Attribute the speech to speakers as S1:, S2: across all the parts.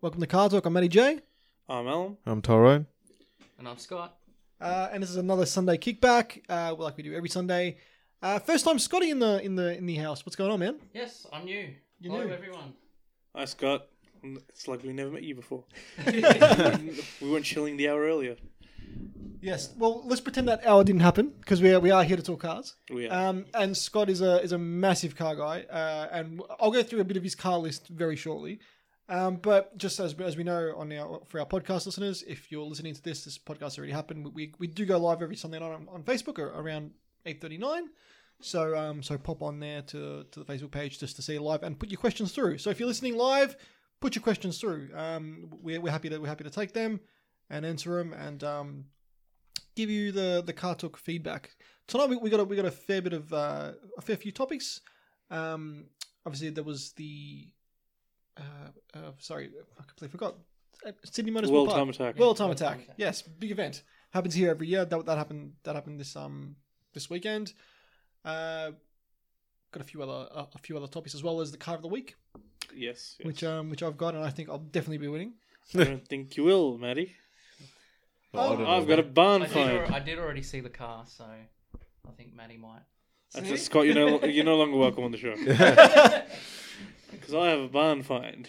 S1: Welcome to Car Talk. I'm Matty J.
S2: I'm Alan.
S3: I'm Tyrone.
S4: And I'm Scott.
S1: Uh, and this is another Sunday kickback, uh, like we do every Sunday. Uh, first time Scotty in the in the in the house. What's going on, man?
S4: Yes, I'm new.
S1: You're
S4: Hello,
S1: new.
S4: everyone.
S2: Hi, Scott. It's like we never met you before. we weren't chilling the hour earlier.
S1: Yes. Well, let's pretend that hour didn't happen because we are, we are here to talk cars.
S2: We are.
S1: Um, and Scott is a is a massive car guy, uh, and I'll go through a bit of his car list very shortly. Um, but just as as we know on our for our podcast listeners, if you're listening to this, this podcast already happened. We we, we do go live every Sunday night on, on Facebook or around eight thirty nine. So um, so pop on there to to the Facebook page just to see it live and put your questions through. So if you're listening live, put your questions through. Um, we're, we're happy to we're happy to take them and answer them and um, give you the the car talk feedback tonight we, we got a, we got a fair bit of uh, a fair few topics. Um, obviously there was the uh, uh, sorry, I completely forgot. Uh, Sydney Motor Sport
S2: World
S1: Park.
S2: Time Attack.
S1: World Time Attack.
S4: Time Attack.
S1: Yes, big event happens here every year. That that happened that happened this um this weekend. Uh, got a few other a, a few other topics as well as the car of the week,
S2: yes. yes.
S1: which um which I've got and I think I'll definitely be winning.
S2: I don't think you will, Maddie.
S1: Oh,
S3: I don't know,
S2: I've got a
S3: mate.
S2: barn
S4: I did,
S2: find.
S4: al- I did already see the car, so I think Maddie might.
S2: That's it, Scott. You're no, you're no longer welcome on the show because I have a barn find.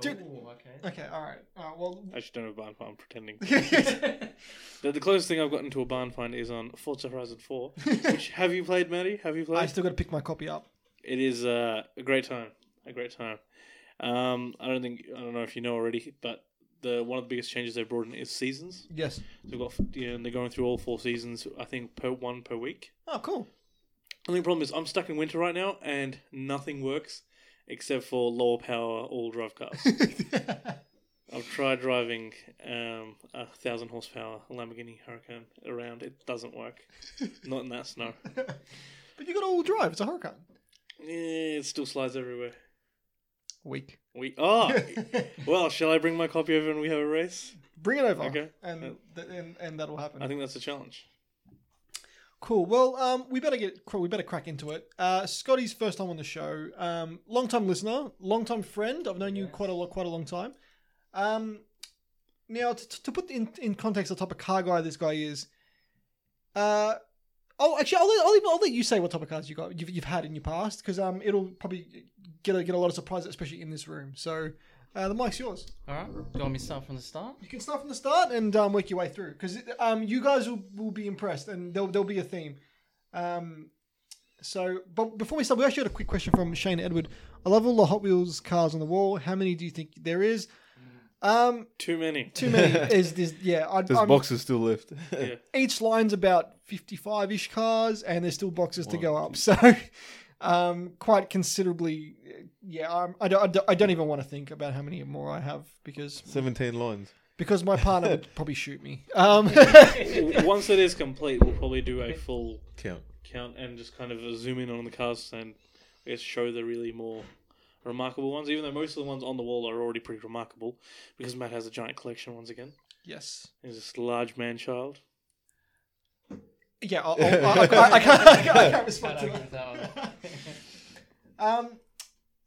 S1: Dude.
S4: Ooh, okay.
S1: Okay, all right. All right well,
S2: I just don't have a barn find. I'm pretending.
S4: I
S2: The, the closest thing I've gotten to a barn find is on Forza Horizon 4. which have you played, Maddie? Have you played?
S1: I still got to pick my copy up.
S2: It is uh, a great time, a great time. Um, I don't think I don't know if you know already, but the one of the biggest changes they've brought in is seasons.
S1: Yes.
S2: So we've got you know, and they're going through all four seasons. I think per one per week.
S1: Oh, cool.
S2: Only problem is I'm stuck in winter right now, and nothing works except for lower power all drive cars. I've tried driving um, a thousand horsepower Lamborghini Huracan around. It doesn't work. Not in that snow.
S1: But you got all drive. It's a Huracan.
S2: Yeah, it still slides everywhere.
S1: Weak.
S2: We are. well, shall I bring my copy over and we have a race?
S1: Bring it over.
S2: Okay. Uh,
S1: And, th- and and that'll happen.
S2: I think that's a challenge.
S1: Cool. Well, um, we better get we better crack into it. Uh, Scotty's first time on the show. Um, long time listener, long time friend. I've known you
S4: Yes.
S1: quite a lot, quite a long time. Um, now to, to put in in context the type of car guy this guy is. Uh, oh, actually, I'll let, I'll, leave- I'll let you say what type of cars you got you've, you've had in your past because um, it'll probably get a, get a lot of surprises, especially in this room. So. Uh, the mic's yours.
S4: Alright, do you want me to start from the start?
S1: You can start from the start and um, work your way through because um, you guys will, will be impressed and there'll, there'll be a theme. Um, so, but before we start, we actually had a quick question from Shane Edward. I love all the Hot Wheels cars on the wall. How many do you think there is? Um,
S2: Too many.
S1: too many is this? Yeah, I'd,
S3: There's
S1: I'm-
S3: boxes still left.
S2: Yeah.
S1: each line's about 55 ish cars and there's still boxes to
S3: Wow.
S1: go up so um quite considerably uh, yeah I'm, I, don't, I don't- I don't even want to think about how many more i have because
S3: Seventeen lines.
S1: because my partner would probably shoot me um
S2: W- Once it is complete, we'll probably do a full
S3: Count.
S2: count and just kind of zoom in on the cars and I guess show the really more remarkable ones. Even though most of the ones on the wall are already pretty remarkable, because Matt has a giant collection once again.
S1: yes
S2: He's this large man child.
S1: yeah I'll, I'll, I, I, can't, I, can't, I can't respond
S4: Can't
S1: to
S4: argue
S1: that
S4: with that one.
S1: Um,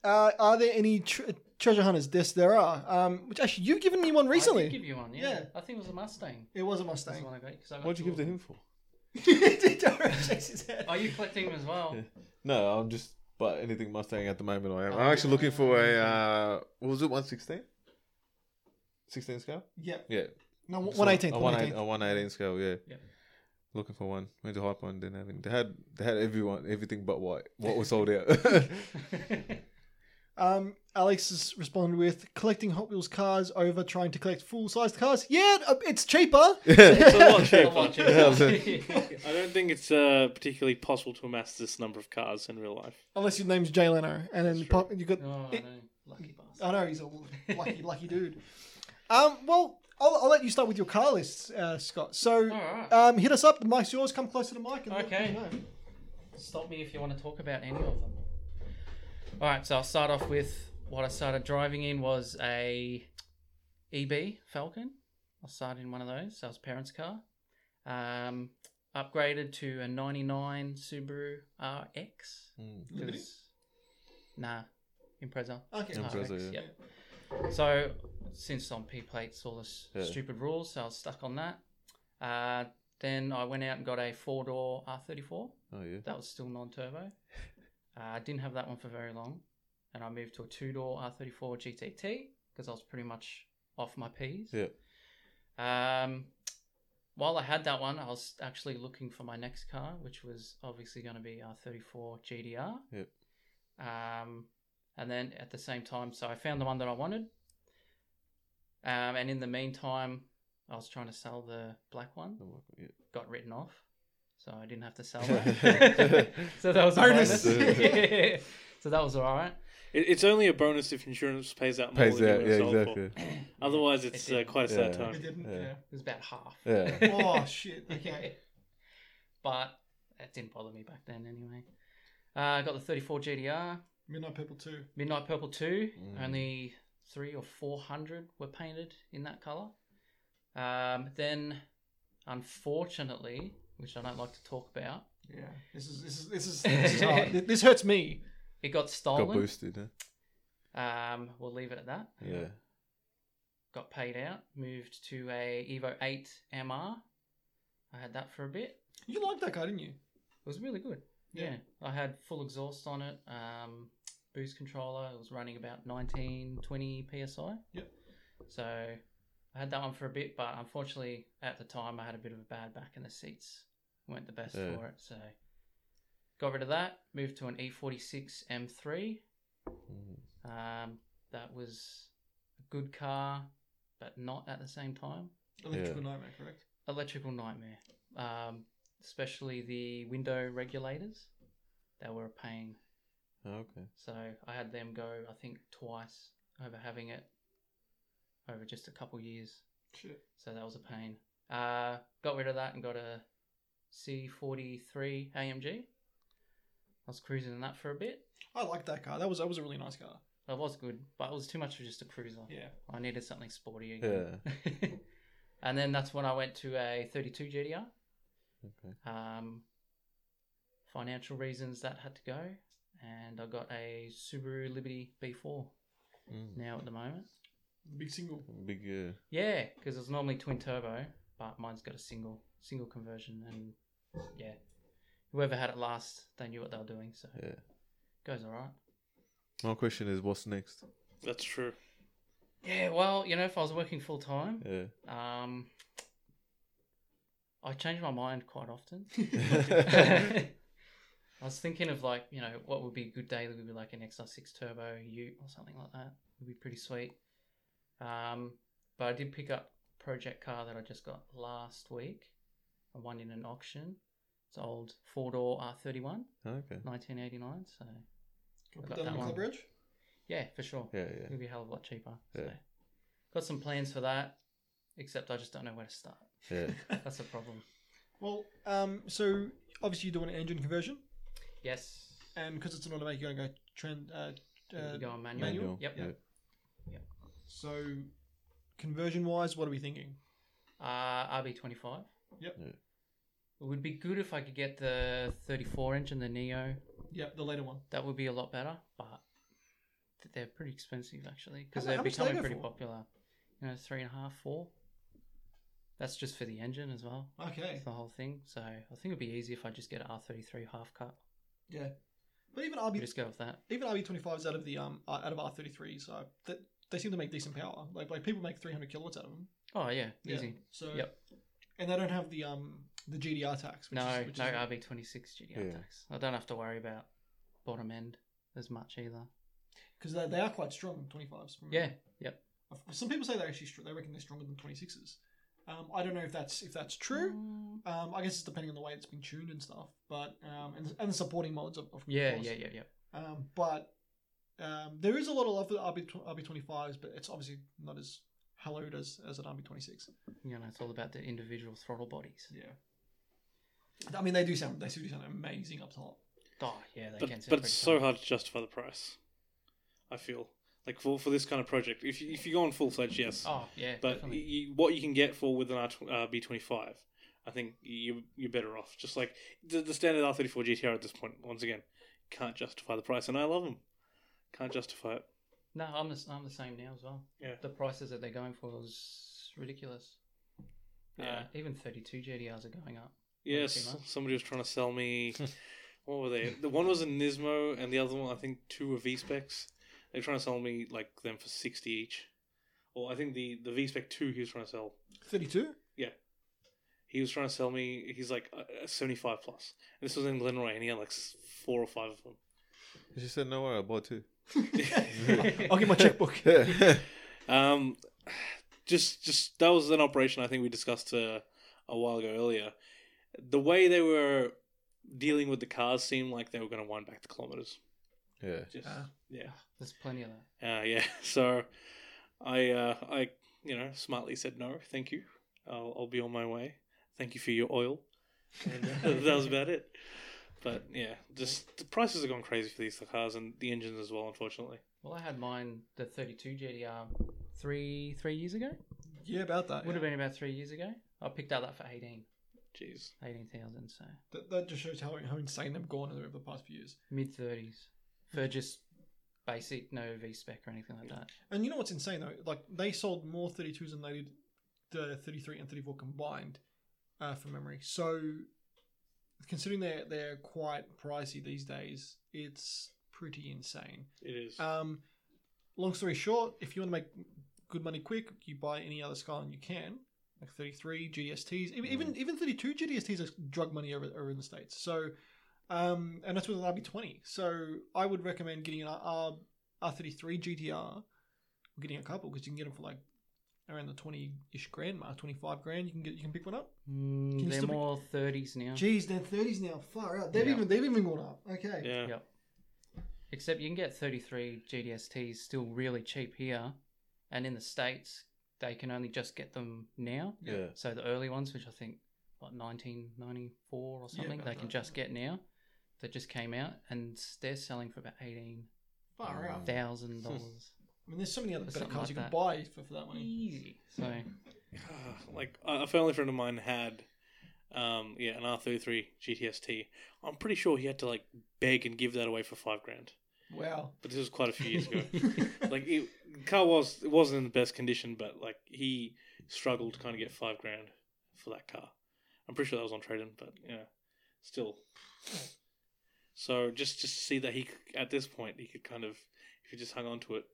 S1: uh, are there any tre- treasure hunters? Yes, there are. Um, which actually you've given me one
S4: I
S1: recently.
S4: did give you one, yeah.
S1: Yeah.
S4: I think it was a Mustang.
S1: it was a
S4: That's the
S1: Mustang.
S4: one I got, 'cause I got
S3: What'd you
S4: two
S3: give to
S4: of them.
S3: him for?
S1: Shakes his head.
S4: Are Oh, you collecting them as well?
S3: No, I'm just. But anything Mustang at the moment, I am. I'm actually looking for a. Uh, what was it? One sixteen. Sixteen scale.
S1: Yeah.
S3: Yeah.
S1: No,
S3: So,
S1: one eighteenth.
S3: A
S1: One
S3: Oh, one eight.
S1: eighteenth.
S3: A one eighteen scale. Yeah.
S4: Yeah.
S3: Looking for one. Went to Hype One. Didn't have any. They had. They had everyone. Everything but white. What was sold out.
S1: Um, Alex has responded with collecting Hot Wheels cars over trying to collect full sized cars. Yeah, uh, it's cheaper.
S2: It's a lot
S4: A
S2: cheaper.
S4: lot cheaper.
S3: Yeah, I was
S2: I don't think it's uh, particularly possible to amass this number of cars in real life.
S1: Unless your name's Jay Leno, and then
S2: That's
S1: pop, you got.
S4: oh,
S1: It-
S4: no. Lucky bastard.
S1: I know he's a lucky, lucky dude. Um, well, I'll, I'll let you start with your car lists, uh, Scott. So,
S4: Alright.
S1: um, hit us up. The mic's yours. Come closer to the mic. And let
S4: Okay.
S1: me know.
S4: Stop me if you want to talk about any of them. All right, so I'll start off with what I started driving in was a EB Falcon. I started in one of those. That was parents' car. Um, upgraded to a '99 Subaru RX.
S3: Mm.
S4: 'cause-
S1: Liberty?
S4: Nah, Impreza.
S1: Okay.
S3: Impreza,
S4: RX, yep. So since on P plates, all this
S3: Yeah.
S4: stupid rules, so I was stuck on that. Uh, then I went out and got a four door R34.
S3: Oh yeah.
S4: That was still non turbo. Uh, I didn't have that one for very long. And I moved to a two door R34 GTT because I was pretty much off my P's.
S3: Yeah.
S4: Um, while I had that one, I was actually looking for my next car, which was obviously going to be our 34 GDR.
S3: Yep.
S4: Um, and then at the same time, so I found the one that I wanted. Um, and in the meantime, I was trying to sell the black one,
S3: No, Michael, yeah.
S4: got written off, so I didn't have to sell that. so that was a
S1: Bonus.
S4: bonus. Yeah. So that was all right.
S2: It, it's only a bonus if insurance pays out more
S3: Pays
S2: than
S3: out.
S2: you
S3: Yeah,
S2: were sold
S3: exactly.
S2: for. Otherwise, it's
S4: It
S2: uh,
S4: did.
S2: quite a sad
S3: Yeah.
S1: I
S2: time.
S1: didn't.
S3: Yeah.
S4: It was about half.
S3: Yeah.
S1: yeah. Oh shit. Okay.
S4: but that didn't bother me back then anyway. Uh, I got the 34 GDR,
S1: Midnight Purple Two.
S4: Midnight Purple 2.
S3: Mm.
S4: Only three or 400 were painted in that color. Um, then, unfortunately, which I don't like to talk about,
S1: Yeah. This is this is this is this is hard. Th- this hurts me.
S4: it got
S3: Got
S4: stolen.
S3: boosted. Huh?
S4: Um, we'll leave it at that.
S3: Yeah.
S4: Got paid out, moved to a Evo 8 MR. I had that for a bit.
S1: You liked that guy, didn't you?
S4: It was really good. Yeah.
S1: Yeah.
S4: I had full exhaust on it, um, boost controller. It was running about 19, 20 psi.
S1: Yep.
S4: So I had that one for a bit, but unfortunately at the time I had a bit of a bad back and the seats weren't the best
S3: Yeah.
S4: for it. So got rid of that, moved to an E E46 M3.
S3: Mm.
S4: Um, that was a good car, but not at the same time.
S1: Electrical Nightmare, correct?
S4: Electrical nightmare, um, especially the window regulators. They were a pain.
S3: Oh, okay.
S4: So I had them go, I think, twice over having it over just a couple years.
S1: Shit.
S4: So that was a pain. Uh, got rid of that and got a C43 AMG. I was cruising in that for a bit.
S1: I liked that car. That was that was a really nice car.
S4: That was good, but it was too much for just a cruiser.
S1: Yeah.
S4: I needed something sporty.
S3: Yeah.
S4: and then that's when I went to a 32 GDR.
S3: Okay.
S4: Um, financial reasons that had to go, and I got a Subaru Liberty B4
S3: Mm.
S4: now at the moment.
S1: The big single.
S3: Big. Uh,
S4: Yeah, because it's normally twin turbo, but mine's got a single single conversion, and yeah, whoever had it last, they knew what they were doing, so
S3: yeah.
S4: goes all right.
S3: My question is, what's next?
S2: That's true.
S4: Yeah, well, you know, if I was working full time,
S3: Yeah.
S4: um, I change my mind quite often.
S3: yeah.
S4: I was thinking of like, you know, what would be a good daily would be like an XR6 Turbo Ute or something like that. Would be pretty sweet. Um, but I did pick up project car that I just got last week. I won in an auction. It's an old four door R31,
S3: Okay.
S4: 1989. So
S1: Can I
S4: Got
S1: put that
S4: that
S1: on the
S4: one.
S1: club bridge?
S4: yeah, for sure,
S3: Yeah.
S4: it'll be a hell of a lot cheaper. So
S3: Yeah.
S4: got some plans for that. Except I just don't know where to start.
S3: Yeah. Yeah.
S4: That's the problem.
S1: Well, um, so obviously you're doing an engine conversion,
S4: Yes.
S1: and because it's an automatic, you're gonna go trend. Uh, uh,
S4: we go on manual.
S1: manual?
S4: Yep.
S3: Yeah.
S1: so, conversion wise, what are we thinking?
S4: Uh, RB25.
S1: Yep.
S3: Yeah.
S4: It would be good if I could get the 34 inch and the Neo.
S1: Yep, the later one.
S4: That would be a lot better, but th- they're pretty expensive actually because
S1: How mu-
S4: they're
S1: how much do
S4: becoming
S1: they go for?
S4: pretty popular. You know, three and a half, four. That's just for the engine as well,
S1: Okay.
S4: the whole thing. So I think it'd be easy if I just get an R33 half cut.
S1: Yeah, but even RB
S4: We just go with that.
S1: even RB twenty fives out of the um out of R thirty threes, so that they seem to make decent power. Like like people make three hundred kilowatts out of them.
S4: Oh yeah,
S1: Yeah.
S4: easy.
S1: So
S4: Yep.
S1: and they don't have the um the GDR tax. Which
S4: No,
S1: is, which
S4: no
S1: is,
S4: RB26 GDR
S3: Yeah.
S4: tax. I don't have to worry about bottom end as much either.
S1: because they, they are quite strong twenty fives.
S4: Yeah, yep.
S1: some people say they're actually str- they reckon they're stronger than twenty sixes. Um, I don't know if that's if that's true.
S4: Mm,
S1: Um, I guess it's depending on the way it's been tuned and stuff, but um, and, and the supporting mods of, of
S4: Yeah,
S1: course.
S4: yeah, yeah, yeah.
S1: Um, but um, there is a lot of love for the RB RB twenty fives, but it's obviously not as hallowed as as an RB twenty six.
S4: You know, it's all about the individual throttle bodies.
S1: Yeah. I mean, they do sound they do sound amazing up top.
S4: Oh, yeah, they
S2: But,
S4: can. sit
S2: but it's
S4: pretty
S2: so
S4: high.
S2: hard to justify the price. I feel like for for this kind of project, if you, if you go on full fledged, yes,
S4: Oh, yeah,
S2: but y
S4: definitely.
S2: you, what you can get for with an R uh, B twenty five, I think you you're better off. Just like the, the standard R thirty four GTR at this point, once again, can't justify the price, and I love them. Can't justify it.
S4: No, I'm the, s- I'm the same now as well.
S2: Yeah.
S4: The prices that they're going for was ridiculous.
S2: Yeah.
S4: Uh, even 32 GDRs are going up.
S2: Yes,
S4: Pretty much.
S2: somebody was trying to sell me. what were they? The one was a Nismo, and the other one, I think, two were V specs. They're trying to sell me like them for sixty each. Well, I think the the V spec two he was trying to sell.
S1: Thirty-two.
S2: He was trying to sell me. He's like uh, seventy five plus. And this was in Glenroy, and he had like s- four or five of them.
S3: She said, "No worry, I bought two.
S1: I'll get my checkbook.
S2: Um, just just that was an operation I think we discussed uh, a while ago earlier. The way they were dealing with the cars seemed like they were going to wind back the kilometers.
S3: yeah,
S2: Just
S1: Ah.
S2: yeah.
S4: There's plenty of that.
S2: Uh, yeah, so I, uh, I, you know, smartly said no, thank you. I'll, I'll be on my way. Thank you for your oil. And uh, that was about it. But yeah, just the prices have gone crazy for these cars and the engines as well, unfortunately.
S4: Well, I had mine, the 32 GDR, three three years ago.
S1: Yeah, about
S2: Oh,
S1: that. yeah.
S4: Would have been about three years ago. I picked out that for 18,
S2: Jeez.
S4: 18,000, so
S1: That, that just shows how, how insane they've gone over the past few years.
S4: mid 30s for just basic, no V spec or anything like that.
S1: And you know what's insane though? Like they sold more 32s than they did the 33 and 34 combined, uh, from memory. So considering they're they're quite pricey these days, it's pretty insane.
S2: It is.
S1: Um, long story short, if you want to make good money quick, you buy any other Skyline you can, like 33 GSTs, ev- even even 32 GDSTs are drug money over, over in the states. So, um, and that's with an RB20. So I would recommend getting an R R33 GTR, or getting a couple because you can get them for like around the 20-ish grand mark, 25 grand. You can get you can pick one up. Can you
S4: Mm, they're
S1: still be-
S4: more 30s now.
S1: Geez, they're 30s now. Far out. They've
S4: Yeah.
S1: even they've even gone up. Okay.
S2: yeah.
S4: Yep. Except you can get 33 GDSTs still really cheap here, and in the states they can only just get them now.
S3: yeah.
S4: So the early ones, which I think what 1994 or
S1: Yeah,
S4: something,
S1: about
S4: they can
S1: that.
S4: just get now. That just came out, and they're selling for about eighteen
S1: Far out.
S4: thousand dollars.
S1: I mean, there's so many other better
S4: Something
S1: cars
S4: like
S1: you can
S4: that.
S1: buy for, for that money.
S4: Easy. So
S2: like a a family friend of mine had um yeah an r33 gtst i'm pretty sure he had to like beg and give that away for five grand
S1: Wow.
S2: but this was quite a few years ago like it, the car was it wasn't in the best condition but like he struggled to kind of get five grand for that car i'm pretty sure that was on trade-in but yeah still so just just see that he c- at this point he could kind of if he just hung on to it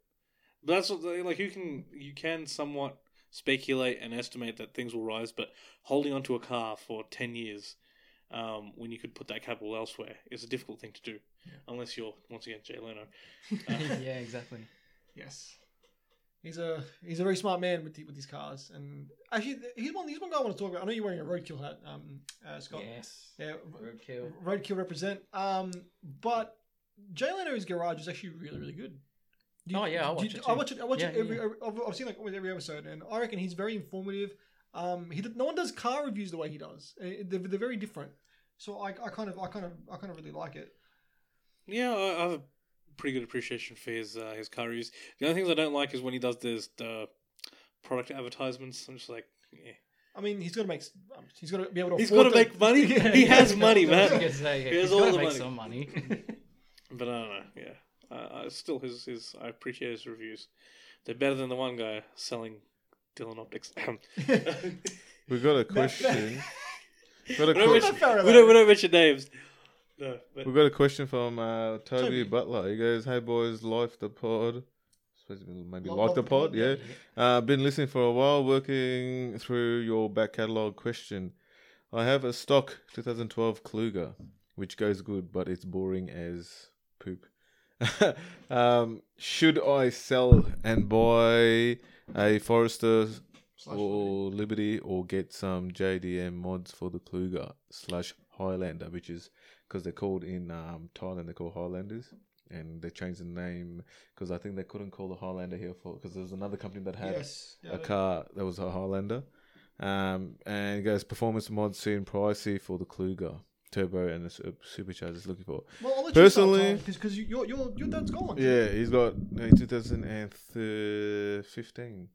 S2: but that's what they- like you can you can somewhat speculate and estimate that things will rise but holding onto a car for 10 years um, when you could put that capital elsewhere is a difficult thing to do unless you're once again jay leno Uh,
S4: yeah, exactly.
S1: Yes. He's a he's a very smart man with the, with these cars, and actually th- he's one he's one guy I want to talk about. I know you're wearing a roadkill hat, um, uh, Scott.
S4: Yes.
S1: Yeah.
S4: Roadkill.
S1: r- Roadkill represent. Um, but Jay Leno's garage is actually really really good. Do
S4: Oh, yeah, I
S1: do
S4: watch it
S1: I
S4: too.
S1: watch it. I watch
S4: Yeah,
S1: it
S4: yeah,
S1: every.
S4: yeah.
S1: every- I've, I've seen like almost every episode, and I reckon he's very informative. Um, he did, no one does car reviews the way he does. Uh, They're, they're very different. So I, I kind of I kind of I kind of really like it.
S2: Yeah, I I have a pretty good appreciation for his uh, his car reviews. The only things I don't like is when he does this the product advertisements. I'm just like, eh.
S1: I mean, he's got to make. s- um, He's got to be able to.
S2: he's
S1: afford
S2: got to make money. he has money,
S4: I was gonna
S2: man.
S4: say, yeah,
S2: Here's
S4: he's
S2: all
S4: gotta
S2: the
S4: make
S2: money.
S4: some money.
S2: But I don't know. Yeah, I I still his his I appreciate his reviews. They're better than the one guy selling Dylan Optics.
S3: We got a question. got
S2: we,
S3: a
S2: don't
S3: question.
S2: mention,
S1: Not fair,
S2: we, don't, we don't mention names. No, but
S3: We got a question from uh, Toby,
S1: Toby.
S3: Butler. He goes, "Hey boys, life the pod. Supposed to be Maybe
S1: Lo-
S3: like the pod, yeah. Uh, been listening for a while, working through your back catalog. Question: I have a stock 2012 Kluger, which goes good, but it's boring as poop. um, should I sell and buy a Forester
S1: Slash
S3: or Liberty, or get some JDM mods for the Kluger slash Highlander, which is because they're called in um, Thailand, they're called Highlanders, and they changed the name because I think they couldn't call the Highlander here for because there was another company that had
S1: Yes.
S3: a car that was a Highlander. Um, and it goes performance mods soon pricey for the Kluger turbo and the su- superchargers looking for.
S1: Well, I'll let
S3: Personally-
S1: you because you, your your your dad's gone.
S3: Yeah, he's got uh, 2015.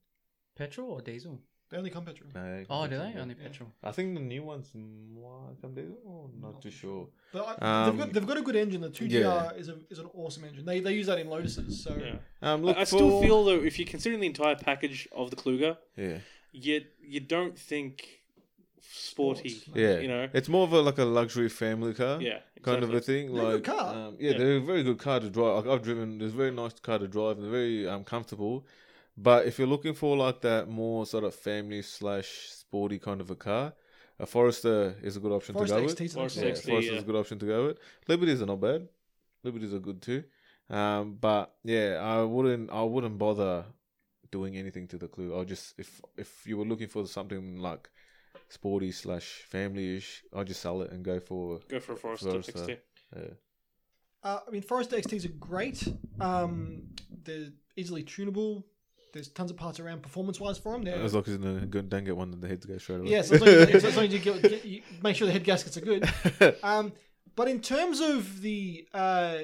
S4: Petrol or diesel?
S1: They only come petrol.
S3: No,
S4: Oh, do they?
S3: Yeah.
S4: Only petrol.
S3: I think the new ones might come diesel. Oh, not too sure.
S1: But I,
S3: Um,
S1: they've, got, they've got a good engine. The 2GR
S3: Yeah.
S1: is, a, is an awesome engine. They, they use that in Lotuses. So
S2: Yeah.
S3: Um,
S2: I,
S3: look,
S2: I still
S3: for-
S2: feel though, if you're considering the entire package of the Kluger,
S3: yeah,
S2: you you don't think sporty.
S1: Sports.
S3: yeah.
S2: You know.
S3: it's more of a like a luxury family car.
S2: Yeah,
S3: kind
S2: exactly.
S3: of a thing.
S1: They're a
S3: like,
S1: good car.
S3: Um, yeah,
S2: Yeah.
S3: they're a very good car to drive. Like, I've driven. There's a very nice car to drive. And they're very um, comfortable. But if you're looking for like that more sort of family slash sporty kind of a car, a Forester is a good option
S1: Forest
S3: to go
S1: XT
S3: with.
S1: 's an
S2: Forest
S1: excellent-
S3: Yeah,
S2: 60,
S3: Forester's
S2: yeah.
S3: a good option to go with. Liberties are not bad. Liberties are good too. Um, but yeah, I wouldn't. I wouldn't bother doing anything to the clue. I'll just if if you were looking for something like sporty slash family ish, I'll just sell it and go for
S2: Go for a Forester,
S3: Forester.
S2: 60.
S1: Uh, I mean, Forest XTs are great. Um, they're easily tunable. There's tons of parts around performance wise for them. They're,
S3: As long as you don't- don't don't get one that the heads go straight away.
S1: yeah, so as long as, as long as you, get, get- you make sure the head gaskets are good. Um, but in terms of the uh,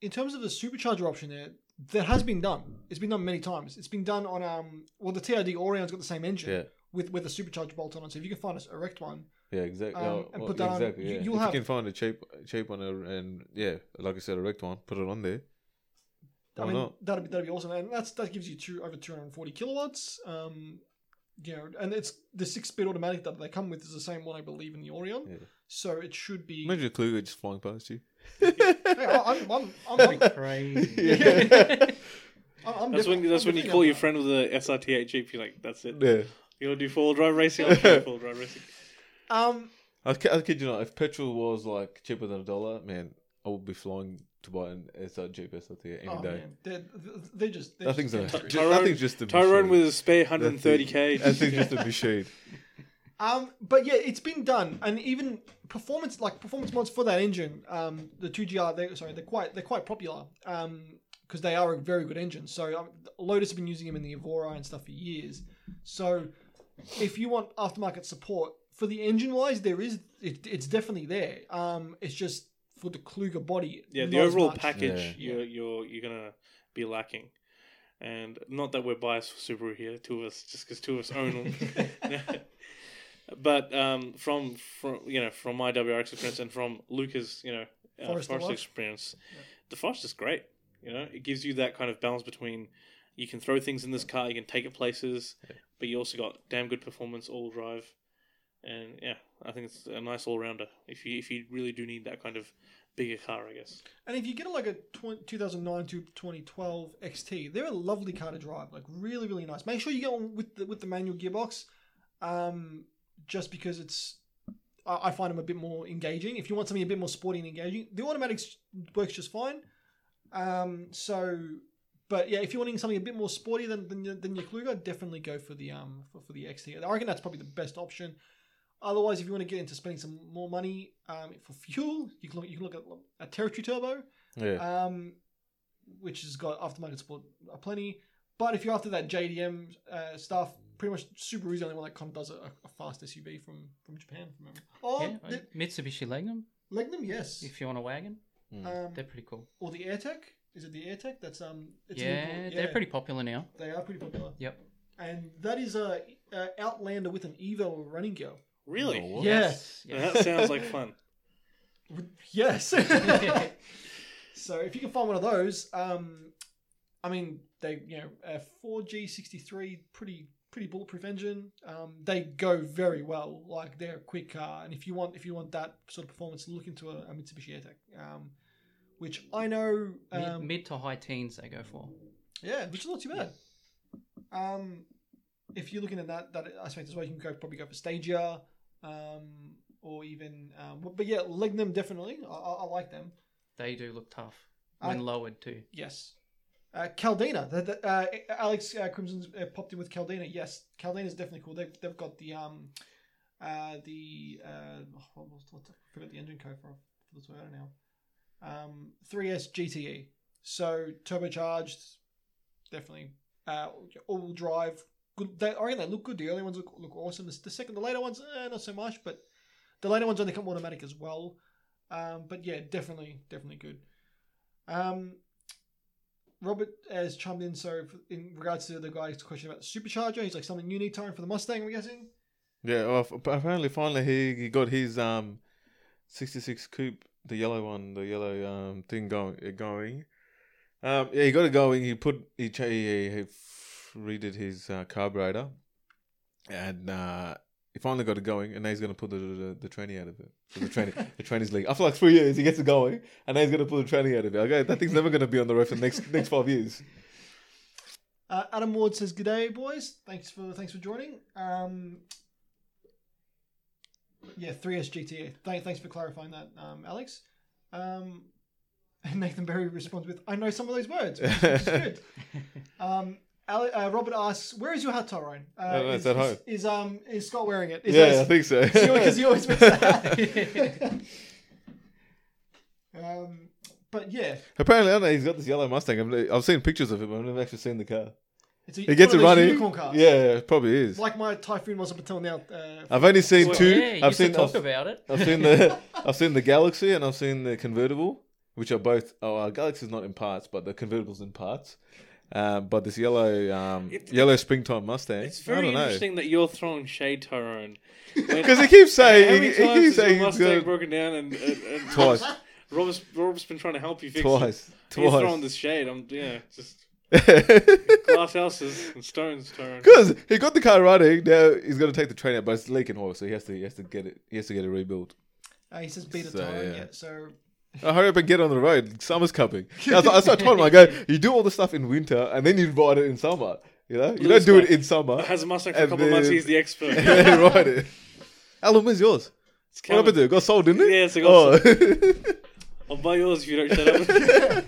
S1: in terms of the supercharger option, there that has been done. It's been done many times. It's been done on um, well, the TRD Orion's got the same engine
S3: Yeah.
S1: with with a supercharger bolt on it. So if you can find a erect one,
S3: Yeah, exactly.
S1: Um,
S3: Oh,
S1: and
S3: well,
S1: put that on-
S3: exactly,
S1: you-
S3: yeah.
S1: you'll
S3: if
S1: have-
S3: you can find a cheap, cheap one, uh, and yeah, like I said, a wrecked one, put it on there.
S1: I
S3: Why
S1: mean,
S3: not?
S1: that'd be that'd be awesome, and that's that gives you two over two hundred and forty kilowatts. Um, you know, and it's the six-speed automatic that they come with is the same one I believe in the Orion,
S3: Yeah.
S1: so it should be.
S3: Imagine a Kluger just flying past you.
S1: Hey, I- I'm, I'm, I'm, I'm,
S4: Crazy.
S3: yeah.
S1: I'm
S2: That's when
S1: definitely-
S2: that's
S1: I'm
S2: when you
S1: definitely
S2: call
S1: up
S2: your
S1: for
S2: friend with a SRT8 Jeep. You're like, that's it.
S3: yeah.
S2: You want to do four wheel drive racing? I'll do four wheel drive racing.
S1: that. Um,
S3: I, kid, I kid you not, if petrol was like cheaper than a dollar, man, I would be flying to buy an SR Jeep SRT any
S1: oh,
S3: day.
S1: man, they're, they're just they're
S3: Nothing's, a,
S1: just
S3: just,
S1: dangerous.
S2: Tyrone-
S3: nothing's just a
S2: Tyrone
S3: machine.
S2: with a spare
S3: Nothing-
S2: 130k.
S3: Nothing's just a machine.
S1: Um, but yeah, it's been done, and even performance like performance mods for that engine, um, the two GR, they sorry, they're quite they're quite popular, um, because they are a very good engine. So um, Lotus have been using them in the Evora and stuff for years. So if you want aftermarket support for the engine wise, there is it, it's definitely there. Um, it's just for the Kluger body.
S2: yeah, the
S1: not as
S2: overall
S1: much.
S2: package
S1: Yeah.
S2: you're you're you're gonna be lacking, and not that we're biased for Subaru here. Two of us, just because two of us own them. but um, from from you know from my WRX experience and from Luca's you know uh,
S1: Forester
S2: Forest,
S1: life.
S2: experience, the Forest is great. You know, it gives you that kind of balance between you can throw things in this car, you can take it places, but you also got damn good performance all drive. And yeah, I think it's a nice all rounder. If you if you really do need that kind of bigger car, I guess.
S1: And if you get like a 20, 2009 to 2012 XT, they're a lovely car to drive, like really, really nice. Make sure you get one with the, with the manual gearbox, um, just because it's I, I find them a bit more engaging. If you want something a bit more sporty and engaging, the automatics works just fine. Um, so, but yeah, if you're wanting something a bit more sporty than than, your- than your Kluger, definitely go for the um for, for the XT. I reckon that's probably the best option. Otherwise, if you want to get into spending some more money um, for fuel, you can look, you can look at a Territory Turbo,
S3: Yeah.
S1: um, which has got aftermarket support plenty. But if you're after that JDM uh, stuff, pretty much Subaru's the only one that kind of does a, a fast SUV from from Japan. From memory. oh,
S4: Yeah,
S1: the,
S4: Mitsubishi Langham,
S1: Legnum, yes,
S4: if you want a wagon,
S3: Mm.
S1: um,
S4: they're pretty cool.
S1: or the AirTech. Is it the AirTech? That's um, it's an
S4: yeah,
S1: import-
S4: they're pretty popular now.
S1: They are pretty popular,
S4: Yep.
S1: and that is a, a Outlander with an Evo running gear.
S2: Really?
S3: Oh, what?
S1: Yes.
S4: Yeah.
S2: That sounds like fun.
S1: Yes. so if you can find one of those, um, I mean, they you know a four G sixty three pretty pretty bulletproof engine. Um, they go very well. Like they're a quick car, and if you want if you want that sort of performance, look into a, a Mitsubishi AirTech, um, which I know.
S4: Mid,
S1: Um,
S4: mid to high teens they go for.
S1: yeah, which is not too bad. Um, if you're looking at that that aspect as well, you can go probably go for Stagia, um, or even um, but- but yeah, Legnum definitely. I, I, I like them.
S4: They do look tough
S1: I-
S4: when lowered too.
S1: Yes. Uh, Caldina. The, the, uh, Alex uh, Crimson's uh, popped in with Caldina. Yes, Caldina's definitely cool. They've, they've got the um, uh, the uh, oh, what was what the, I forgot the engine code for for the Toyota now. Um, 3S GTE. E. So turbocharged, definitely uh, all-wheel drive. Good. They, I reckon they look good. The early ones look, look awesome. The, the second, the later ones, eh, not so much. But the later ones only come automatic as well. Um, but yeah, definitely, definitely good. Um, Robert has chimed in. So, f- in regards to the guy's question about the supercharger, he's like something you need time for the Mustang. I'm guessing.
S3: Yeah, well, f- apparently, finally, he, he got his um, 66 coupe, the yellow one, the yellow um thing going. uh, going. Um, yeah, he got it going. He put he cha- he, he f- redid his uh, carburetor, and uh, he finally got it going. And now he's gonna put the the, the tranny out of it. So The tranny, the tranny's leak. After like three years, he gets it going, and now he's gonna pull the tranny out of it. Okay, that thing's never gonna be on the road for the next next five years.
S1: Uh, Adam Ward says, "G'day, boys. Thanks for thanks for joining." Um, yeah, 3S GTA. Th- thanks for clarifying that, um, Alex. Um, and Nathan Berry responds with, "I know some of those words, which is which is good." Um, Ale- uh, Robert asks, "Where is your hat, Tyrone?" Uh,
S3: don't know,
S1: is,
S3: it's at home.
S1: Is, is, um is Scott wearing it? Is
S3: Yeah, I think so.
S1: because he always wears the hat. um, but yeah,
S3: Apparently, I don't know. He's got this yellow Mustang. I've, I've seen pictures of it, but I've never actually seen the car.
S1: it's a,
S3: It gets
S1: one
S3: it
S1: of those
S3: running.
S1: Unicorn cars.
S3: Yeah, it probably is.
S1: like my Typhoon was up until now. Uh,
S3: I've only seen
S2: Well,
S3: two.
S4: Yeah, you
S3: I've
S4: used to
S3: seen.
S4: talk
S3: I've,
S4: about it.
S3: I've seen the. I've seen the Galaxy and I've seen the convertible, which are both. Oh, uh, Galaxy's not in parts, but the convertible's in parts. Um, but this yellow, um,
S2: It-
S3: yellow springtime Mustang.
S2: It's
S3: I
S2: very
S3: don't know.
S2: interesting that you're throwing shade, Tyrone.
S3: Because he keeps
S2: How
S3: saying,
S2: many
S3: he,
S2: times
S3: keeps
S2: has your
S3: saying he's
S2: Mustang
S3: good
S2: broken down and, and, and
S3: twice,
S2: Robert's, Robert's been trying to help you fix it.
S3: twice,
S2: He's throwing
S3: twice.
S2: this shade. I'm yeah, just
S3: Because
S2: glass houses and stones, Tyrone.
S3: he got the car running. Now he's got to take the train out, but it's leaking oil, so he has to. He has to get it. He has to get it rebuilt.
S1: Uh, he says beta
S3: So,
S1: Tyrone,
S3: yeah.
S1: yeah. So
S3: I hurry up and get on the road. Summer's coming. That's what, that's what I told him. I go, you do all the stuff in winter and then you ride it in summer. You know, you don't
S2: Lewis
S3: do it
S2: guy.
S3: in summer.
S2: Has a Mustang for a
S3: And
S2: couple of months.
S3: then-
S2: He's the expert.
S3: and then you ride it. Alan, where's yours?
S2: It's
S3: What happened
S2: Calvin.
S3: to it? Got sold, didn't it? Oh.
S2: Yeah, it's got I'll buy yours if you don't shut up.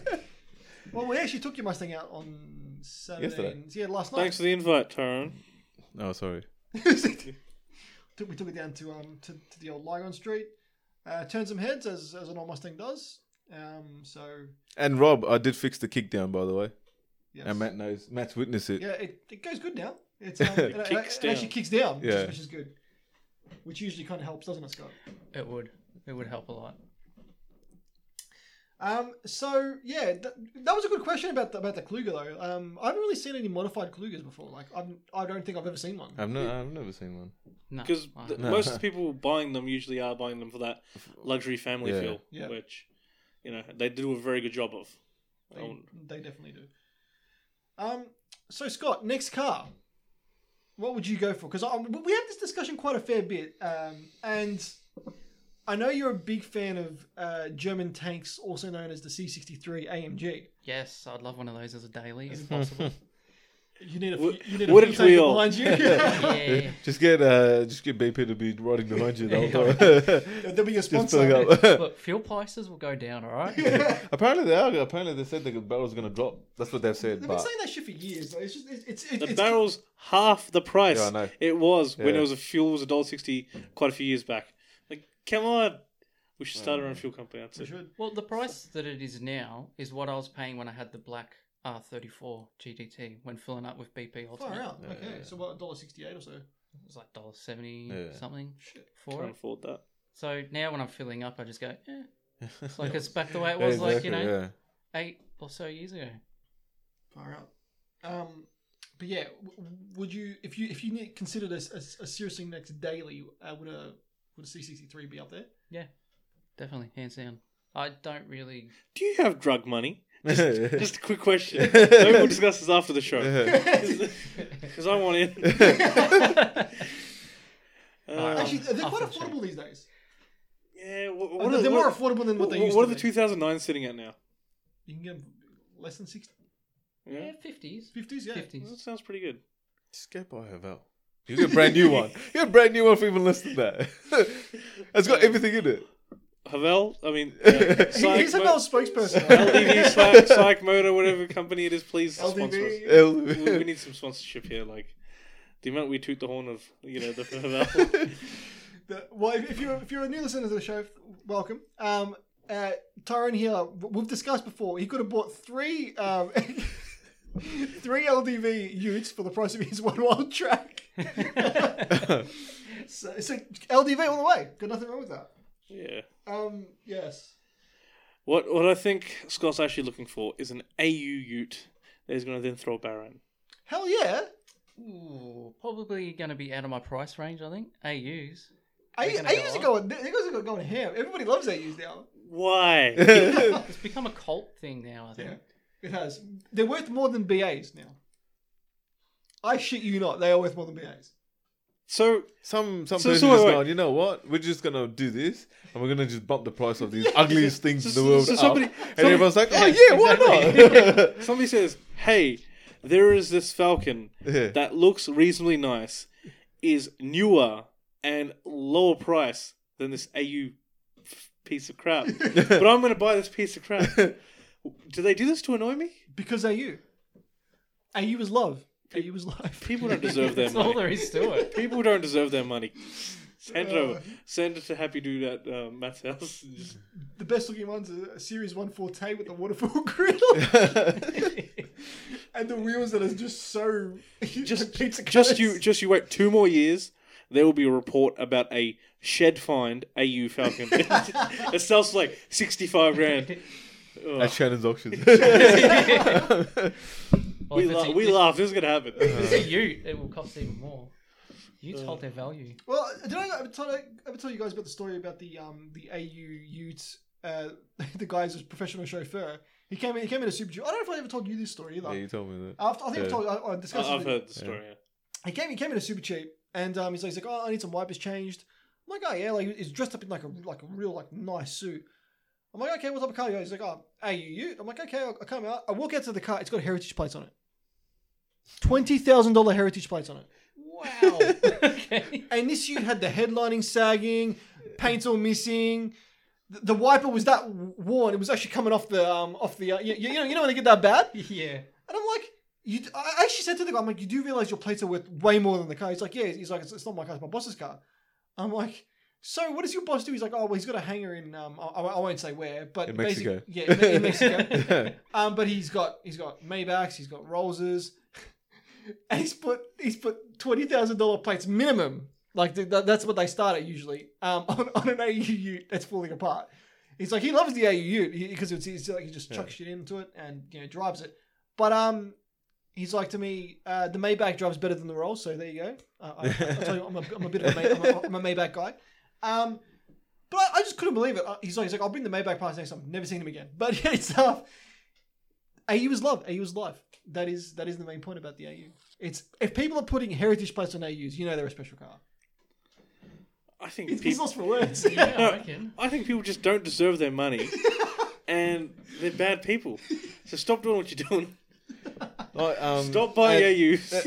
S1: well, we actually took your Mustang out on Saturday.
S3: Yesterday.
S1: and- Yeah, last night.
S2: Thanks for the invite, Tyrone.
S3: oh, sorry.
S1: Took- we took it down to um to, to the old Lygon Street. Uh, turned some heads as as an old Mustang does. Um, so
S3: And Rob, I did fix the kick down, by the way.
S1: yes.
S3: And Matt knows. Matt's witnessed it.
S1: yeah, it, it goes good now. It's um, it, it-
S2: kicks
S1: it
S2: down.
S1: actually kicks down, which,
S3: Yeah.
S1: is, which is good. Which usually kind of helps, doesn't it, Scott?
S4: It would. It would help a lot.
S1: Um, so yeah, th- that was a good question about the, about the Kluger though. Um, I haven't really seen any modified Klugers before. Like, I'm, I don't think I've ever seen one.
S3: I've, no, I've never seen one.
S4: No,
S2: Because
S4: I-
S2: th-
S3: No.
S2: most of the people buying them usually are buying them for that luxury family
S3: Yeah.
S2: feel,
S1: Yeah.
S2: which you know they do a very good job of.
S1: They,
S2: Um,
S1: they definitely do. Um, so Scott, next car, what would you go for? Because we had this discussion quite a fair bit, um, and I know you're a big fan of uh, German tanks, also known as the C63 AMG.
S4: yes, I'd love one of those as a daily, if possible.
S1: You need a
S2: Wo-
S1: you need a
S2: wooden
S1: few tanks
S2: wheel.
S1: behind you.
S4: yeah.
S3: Just get uh, just get BP to be riding behind you the whole time.
S1: They'll be your
S3: just
S1: sponsor.
S3: filling up.
S4: Look, fuel prices will go down, all right?
S3: apparently they are. Apparently they said the barrel's going to drop. That's what they've said.
S1: They've been
S3: but
S1: saying that shit for years. though. It's just it's it's, it's,
S2: The
S1: it's
S2: barrel's half the price
S3: Yeah, I know.
S2: it was when
S3: Yeah.
S2: it was a fuel was a dollar sixty quite a few years back. Like, come on, we should start our own fuel company. That's
S1: we
S2: it.
S1: should.
S4: Well, the price that it is now is what I was paying when I had the black R34 GDT when filling up with BP
S1: Far
S4: Ultimate.
S1: out.
S3: Yeah,
S1: okay,
S3: yeah.
S1: so what dollar sixty eight or so?
S4: It was like dollar seventy
S3: Yeah.
S4: something
S1: Shit.
S4: for
S2: Can't
S4: it.
S2: afford that.
S4: So now when I'm filling up, I just go, eh. It's like it's back the way it was,
S3: Yeah,
S4: like you know,
S3: exactly, yeah.
S4: eight or so years ago.
S1: Far out. Um, but yeah, w- would you if you if you ne- considered a, a, a seriously next daily uh, would a would a C sixty three be up there?
S4: Definitely, hands down. I don't really.
S2: Do you have drug money? Just a quick question. Maybe we'll
S3: Yeah.
S2: discuss this after the show because I want in. Um,
S1: Actually, they're
S4: I'll
S1: quite
S4: check.
S1: affordable these days.
S2: yeah, wh- what,
S1: They're,
S2: are,
S1: they're
S2: what,
S1: more affordable than what they
S2: what-
S1: used
S2: what are
S1: to.
S2: the
S1: be.
S2: 2009 sitting at now?
S1: You can get them less than 60,
S2: Yeah,
S4: fifties.
S1: 50s, yeah.
S4: Fifties.
S2: that sounds pretty good.
S3: Just get by Havel. You get a brand new one. You get a brand new one for even less than that. it's got everything in it.
S2: Havel, I mean,
S3: He-
S2: uh,
S1: He- He's a
S2: Mo-
S1: male spokesperson.
S2: LDV, Psych, Psych Motor, whatever company it is, please sponsor us.
S1: LDV.
S2: We, we
S3: El-
S2: need some sponsorship here. Like the amount we toot the horn of, you know, the Havel.
S1: The- well, if, if you're if you're a new listener to the show, welcome. Um, uh, Tyrone here, w- we've discussed before. He could have bought three um, three LDV Utes for the price of his one wild track. so, so LDV all the way. Got nothing wrong with that.
S2: yeah.
S1: Um, yes.
S2: What what I think Scott's actually looking for is an AU Ute that he's going to then throw a Baron.
S1: Hell yeah.
S4: Ooh, probably going to be out of my price range, I think. AUs.
S1: I,
S4: They're gonna
S1: I
S4: go
S1: used to go. They guys are going ham. Everybody loves that used now.
S2: Why?
S3: yeah,
S4: It's become a cult thing now, I think.
S1: Yeah, it has. They're worth more than BAs now. I shit you not. They are worth more than BAs.
S2: so
S3: some some
S2: So-
S3: person
S2: so
S3: just
S2: wait, wait.
S3: going, you know what? We're just gonna do this, and we're gonna just bump the price of these ugliest things in the world
S2: so
S3: up.
S2: somebody-
S3: and
S2: somebody-
S3: everyone's like, oh yeah, why not?
S2: somebody says, "Hey, there is this Falcon
S3: Yeah.
S2: that looks reasonably nice, is newer and lower price than this AU f- piece of crap, but I'm going to buy this piece of crap." Do they do this to annoy me?
S1: Because AU. AU is love. AU is life.
S2: People don't deserve their
S4: That's all
S2: money.
S4: there is to it.
S2: People don't deserve their money. Send it over. Send it to Happy Dude at uh, Matt's house. and just-
S1: The best looking ones are a Series 1 Forte with the waterfall grill and the wheels that are just so.
S2: Just,
S1: pizza
S2: just
S1: cuts.
S2: you, just you wait two more years. There will be a report about a shed find AU Falcon. it sells for like sixty-five grand.
S3: At Shannon's auction.
S4: Well,
S2: We,
S4: if it's
S2: la-
S4: a-
S2: we laugh. This is gonna happen.
S4: If it's a ute, it will cost even more. Utes hold their value.
S1: Well, did I ever tell, ever tell you guys about the story about the um the AU Ute, uh, the guy's professional chauffeur? He came in, he came in a super. I don't know if I ever told you this story either.
S3: yeah, you told me that.
S1: After, I think I've
S3: Yeah.
S1: told you. I, I discussed
S2: I-
S1: it
S2: I've
S1: with-
S2: heard the story. yeah.
S1: he came he came in a super cheap and um, he's like, he's like, oh, I need some wipers changed. I'm like, oh yeah, like he's dressed up in like a like a real like nice suit. I'm like, okay, what type of car you got? He's like, oh, hey, you, you. I'm like, okay, I'll, I'll come out. I walk out to the car. It's got heritage plates on it. Twenty thousand dollar heritage plates on it.
S4: Wow. okay.
S1: And this Ute had the headlining sagging, paint's all missing. The, the wiper was that worn. It was actually coming off the um off the uh, you, you know you know when they get that bad.
S4: Yeah.
S1: And I'm like, you, I actually said to the guy, I'm like, you do realize your plates are worth way more than the car. He's like, yeah. He's like, it's, it's not my car, it's my boss's car. I'm like, so what does your boss do? He's like, oh, well, he's got a hangar in, um, I, I won't say where, but
S3: In
S1: basic-
S3: Mexico.
S1: yeah, in, in Mexico.
S3: Yeah.
S1: um, but he's got he's got Maybachs, he's got Rollses, and he's put he's put twenty thousand dollar plates minimum. Like th- th- that's what they start at usually um, on, on an AU ute that's falling apart. He's like he loves the AU ute because it's, it's like he just chucks shit into it and you know drives it. But um, he's like to me, uh, the Maybach drives better than the Rolls, so there you go. Uh, I, I, I tell you, I'm a, I'm a bit of a, May, I'm a, I'm a Maybach guy. Um, but I, I just couldn't believe it. Uh, He's like, he's like, I'll bring the Maybach past next time. Never seen him again. But yeah, it's uh, AU is love. AU is life. That is that is the main point about the AU. It's if people are putting heritage plates on AUs, you know they're a special car.
S2: I think
S1: He's, he's
S2: people,
S1: lost for words.
S4: Yeah, I reckon.
S2: I think people just don't deserve their money, and they're bad people. So stop doing what you're doing.
S3: Like, um,
S2: Stop buying
S3: and-
S2: AUs.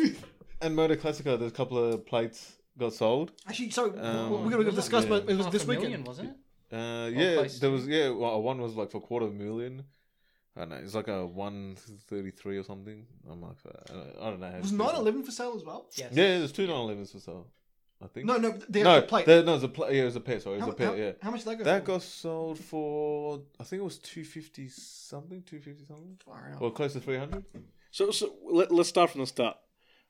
S3: And Motor Classica, there's a couple of plates got sold.
S1: Actually, so
S3: Um,
S1: we're going to
S4: Wasn't
S1: discuss,
S3: it-
S1: but it was
S4: Half
S1: this
S4: a
S1: weekend.
S4: million, wasn't it?
S3: Uh, yeah,
S4: plates.
S3: there was yeah. Well, one was like for quarter of a million. I don't know. It's like a one thirty-three or something. I'm like, uh, I don't- I don't know. How
S1: Was
S3: to-
S1: 911 for sale as well?
S4: Yes.
S3: Yeah, there's two nine elevens for sale. I think.
S1: No, no, they
S3: no,
S1: have the plate.
S3: there- no, it was a plate. Yeah, it was a pair. Sorry, it was
S1: how,
S3: a pair.
S1: how-
S3: yeah,
S1: how much did that go
S3: that
S1: for?
S3: got sold for I think it was two fifty something, two fifty something,
S1: Far out.
S3: or close to three hundred.
S2: So, so let, let's start from the start.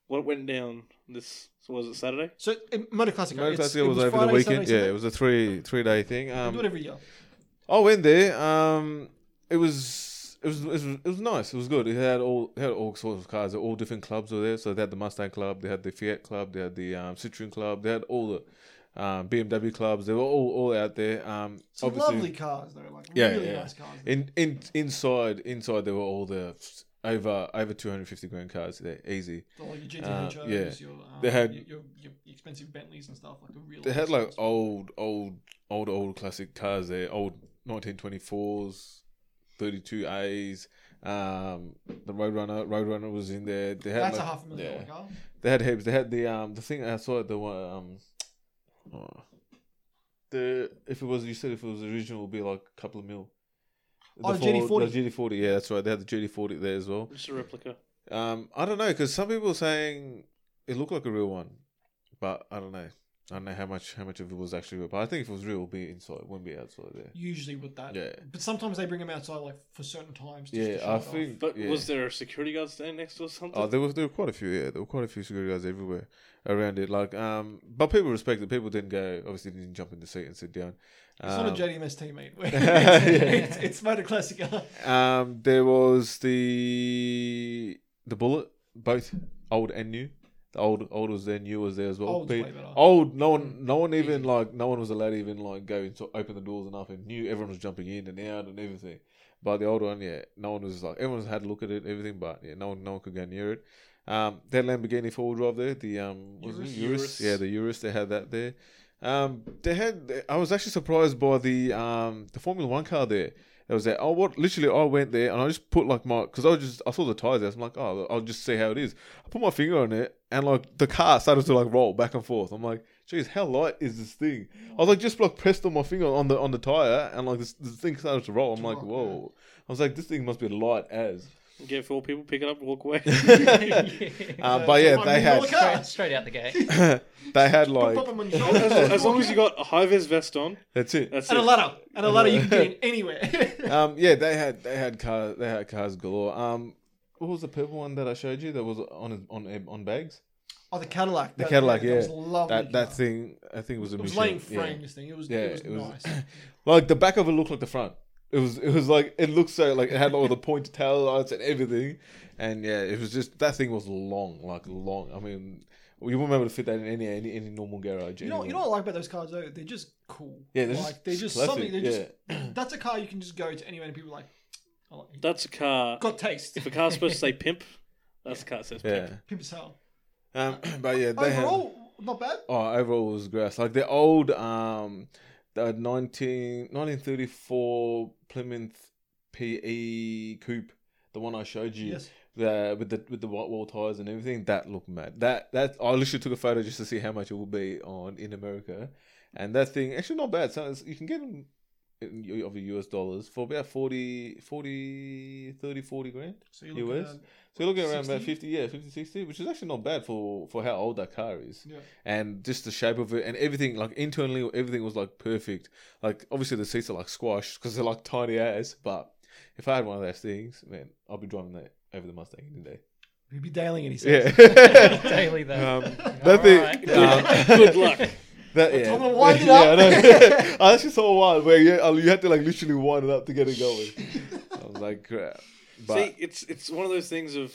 S2: What went down this? So was it Saturday?
S1: So in Motor Classic.
S3: Motor
S1: it's-
S3: Classica
S1: it
S3: was, over the
S1: Friday,
S3: weekend.
S1: Saturday,
S3: yeah,
S1: Sunday.
S3: it was a three three day thing.
S1: We
S3: Um,
S1: do it every year.
S3: I went there. Um, it was it was it was, it was nice. It was good. It had all it had all sorts of cars. All different clubs were there. So they had the Mustang Club, they had the Fiat Club, they had the um, Citroen Club, they had all the um, BMW clubs. They were all all out there. Um,
S1: Some
S3: obviously,
S1: lovely cars though, like
S3: Yeah,
S1: really
S3: yeah.
S1: nice cars.
S3: in in inside inside there were all the over over two hundred fifty grand cars there, easy.
S1: All your GTHOs,
S3: uh, yeah.
S1: your, um,
S3: They had-
S1: your, your, your expensive Bentleys and stuff, like the real.
S3: They
S1: nice
S3: had like
S1: cars.
S3: old, old, old, old classic cars there. Old 1924s, 32As. Um, the Roadrunner, Roadrunner was in there. They had
S1: That's
S3: like-
S1: a half a million dollar
S3: yeah.
S1: car.
S3: They had heaps. They had the um the thing I saw at the one um oh, the if it was you said if it was original it would be like a couple of mil.
S1: Oh, the
S3: Ford-
S1: GD40.
S3: The GD40, yeah, that's right. They had the GD40 there as well.
S2: Just a replica.
S3: Um, I don't know because some people are saying it looked like a real one, but I don't know. I don't know how much how much of it was actually real, but I think if it was real, it'll be inside, it won't be outside there.
S1: Usually with that.
S3: Yeah,
S1: But sometimes they bring them outside like for certain times. just to
S3: yeah.
S1: show
S3: I
S1: it off.
S3: think.
S2: But
S3: yeah.
S2: was there a security guard standing next to us or something?
S3: Oh, there was there were quite a few. Yeah, there were quite a few security guys everywhere around it. Like, um, but people respected. People didn't go. Obviously, didn't jump in the seat and sit down.
S1: It's
S3: um,
S1: not a JDMS teammate. it's, it's, it's Motor Classica.
S3: Um, there was the the bullet, both old and new. The old old was there, new was there as well.
S1: Old's way
S3: Pe-
S1: better.
S3: old, Oh, no
S2: Mm.
S3: one, no one even
S4: Easy.
S3: like, no one was allowed to even like go and to open the doors and nothing. New, everyone was jumping in and out and everything. But the old one, yeah, no one was like, everyone's had a look at it, everything, but yeah, no one, no one could go near it. Um, that Lamborghini four wheel drive there, the um, was it
S2: Urus.
S3: Urus?
S2: Urus.
S3: Yeah, the Urus. They had that there. Um, they had. I was actually surprised by the um the Formula One car there. That was there. I what literally I went there and I just put like my because I was just I saw the tires. There, so I'm like, oh, I'll just see how it is. I put my finger on it and like the car started to like roll back and forth. I'm like, geez, how light is this thing? I was like, just like pressed on my finger on the on the tire and like this, this thing started to roll. I'm like,
S1: rock, yeah.
S3: whoa. I was like, this thing must be light as.
S2: Get four people, pick it up, walk away.
S3: Uh, but yeah, they had
S4: straight, straight out the gate.
S3: they had
S1: Pop
S3: like
S1: 'em on your shoulder.
S2: As long as you got a high vis vest on,
S3: that's it.
S2: that's
S1: and a
S2: it.
S1: ladder. And a ladder you can get in anywhere.
S3: um, yeah, they had they had car they had cars galore. Um, what was the purple one that I showed you that was on on on bags?
S1: oh, the Cadillac.
S3: The
S1: That-
S3: Cadillac,
S1: that
S3: yeah.
S1: was lovely.
S3: That that
S1: car.
S3: thing, I think it was a
S1: It was
S3: Michelin,
S1: laying
S3: yeah.
S1: frame, this thing. It was,
S3: Yeah,
S1: it was
S3: it was-
S1: nice.
S3: Like the back of it looked like the front. It was it was like it looked so like it had all the pointed tail lights and everything, and yeah, it was just that thing was long, like long. I mean, you wouldn't be able to fit that in any any, any normal garage.
S1: You know, you know
S3: anyway.
S1: what I like about those cars though? They're just cool.
S3: Yeah, they're
S1: like
S3: just
S1: they're just
S3: classic,
S1: something. They're just that's a car you can just go to anywhere and people are like, I like it.
S2: That's a car.
S1: got taste.
S2: If a car's supposed to say pimp, that's a car that says
S3: yeah.
S2: pimp.
S1: Pimp as hell.
S3: Um, but yeah, they had-
S1: Overall, not bad.
S3: Oh, overall it was grass. Like the old um the 19, 1934 Plymouth PE coupe, the one I showed you,
S1: Yes.
S3: the with the with the white wall tires and everything, that looked mad. That that I literally took a photo just to see how much it would be on in America, and that thing actually not bad. So it's- you can get them in, U- of the US dollars for about 40, 40 30, 40 grand.
S1: So you look
S3: US?
S1: at, um,
S3: So you're looking around about
S1: 60?
S3: 50, yeah, 50, 60, which is actually not bad for, for how old that car is
S1: yeah.
S3: and just the shape of it and everything like internally everything was like perfect like obviously the seats are like squashed because they're like tiny ass but if i had one of those things man i'll be driving that over the mustang any day
S1: We'd be dailing it. He says.
S3: yeah
S4: Daily though.
S3: um, that thing
S4: Alright.
S3: um,
S2: Good luck.
S3: that yeah,
S1: I'm gonna wind it
S3: Yeah,
S1: up.
S3: I, know. I actually saw one where you, uh, you had to like literally wind it up to get it going i was like crap but
S2: See, it's it's one of those things of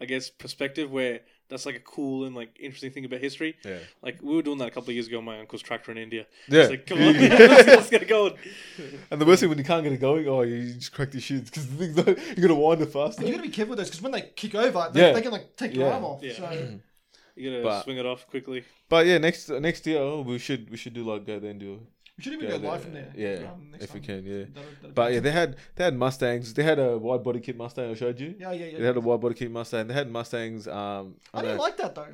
S2: I guess perspective where that's like a cool and like interesting thing about history.
S3: yeah
S2: Like we were doing that a couple of years ago. on My uncle's tractor in India.
S3: yeah
S2: It's like, come on, let's, let's get going.
S3: and the worst thing when you can't get it going oh you just crack your shins because the thing's like, you gotta wind it faster
S1: But you gotta be careful with those because when they kick over, they,
S3: Yeah.
S1: they can like take your
S3: Yeah.
S1: arm off.
S2: Yeah.
S1: So
S2: You gotta
S3: But-
S2: swing it off quickly.
S3: But yeah, next next year oh, we should we should do like go there and do
S1: we should even
S3: go
S1: go
S3: there.
S1: live from there.
S3: Yeah,
S1: um, next
S3: if we
S1: time.
S3: can, yeah.
S1: That'll- that'll be
S3: But yeah,
S1: nice.
S3: they had they had Mustangs. They had a wide body kit Mustang I showed you.
S1: yeah, yeah, yeah.
S3: They had a wide body kit Mustang. They had Mustangs. Um,
S1: I
S3: don't
S1: didn't
S3: know.
S1: like that though.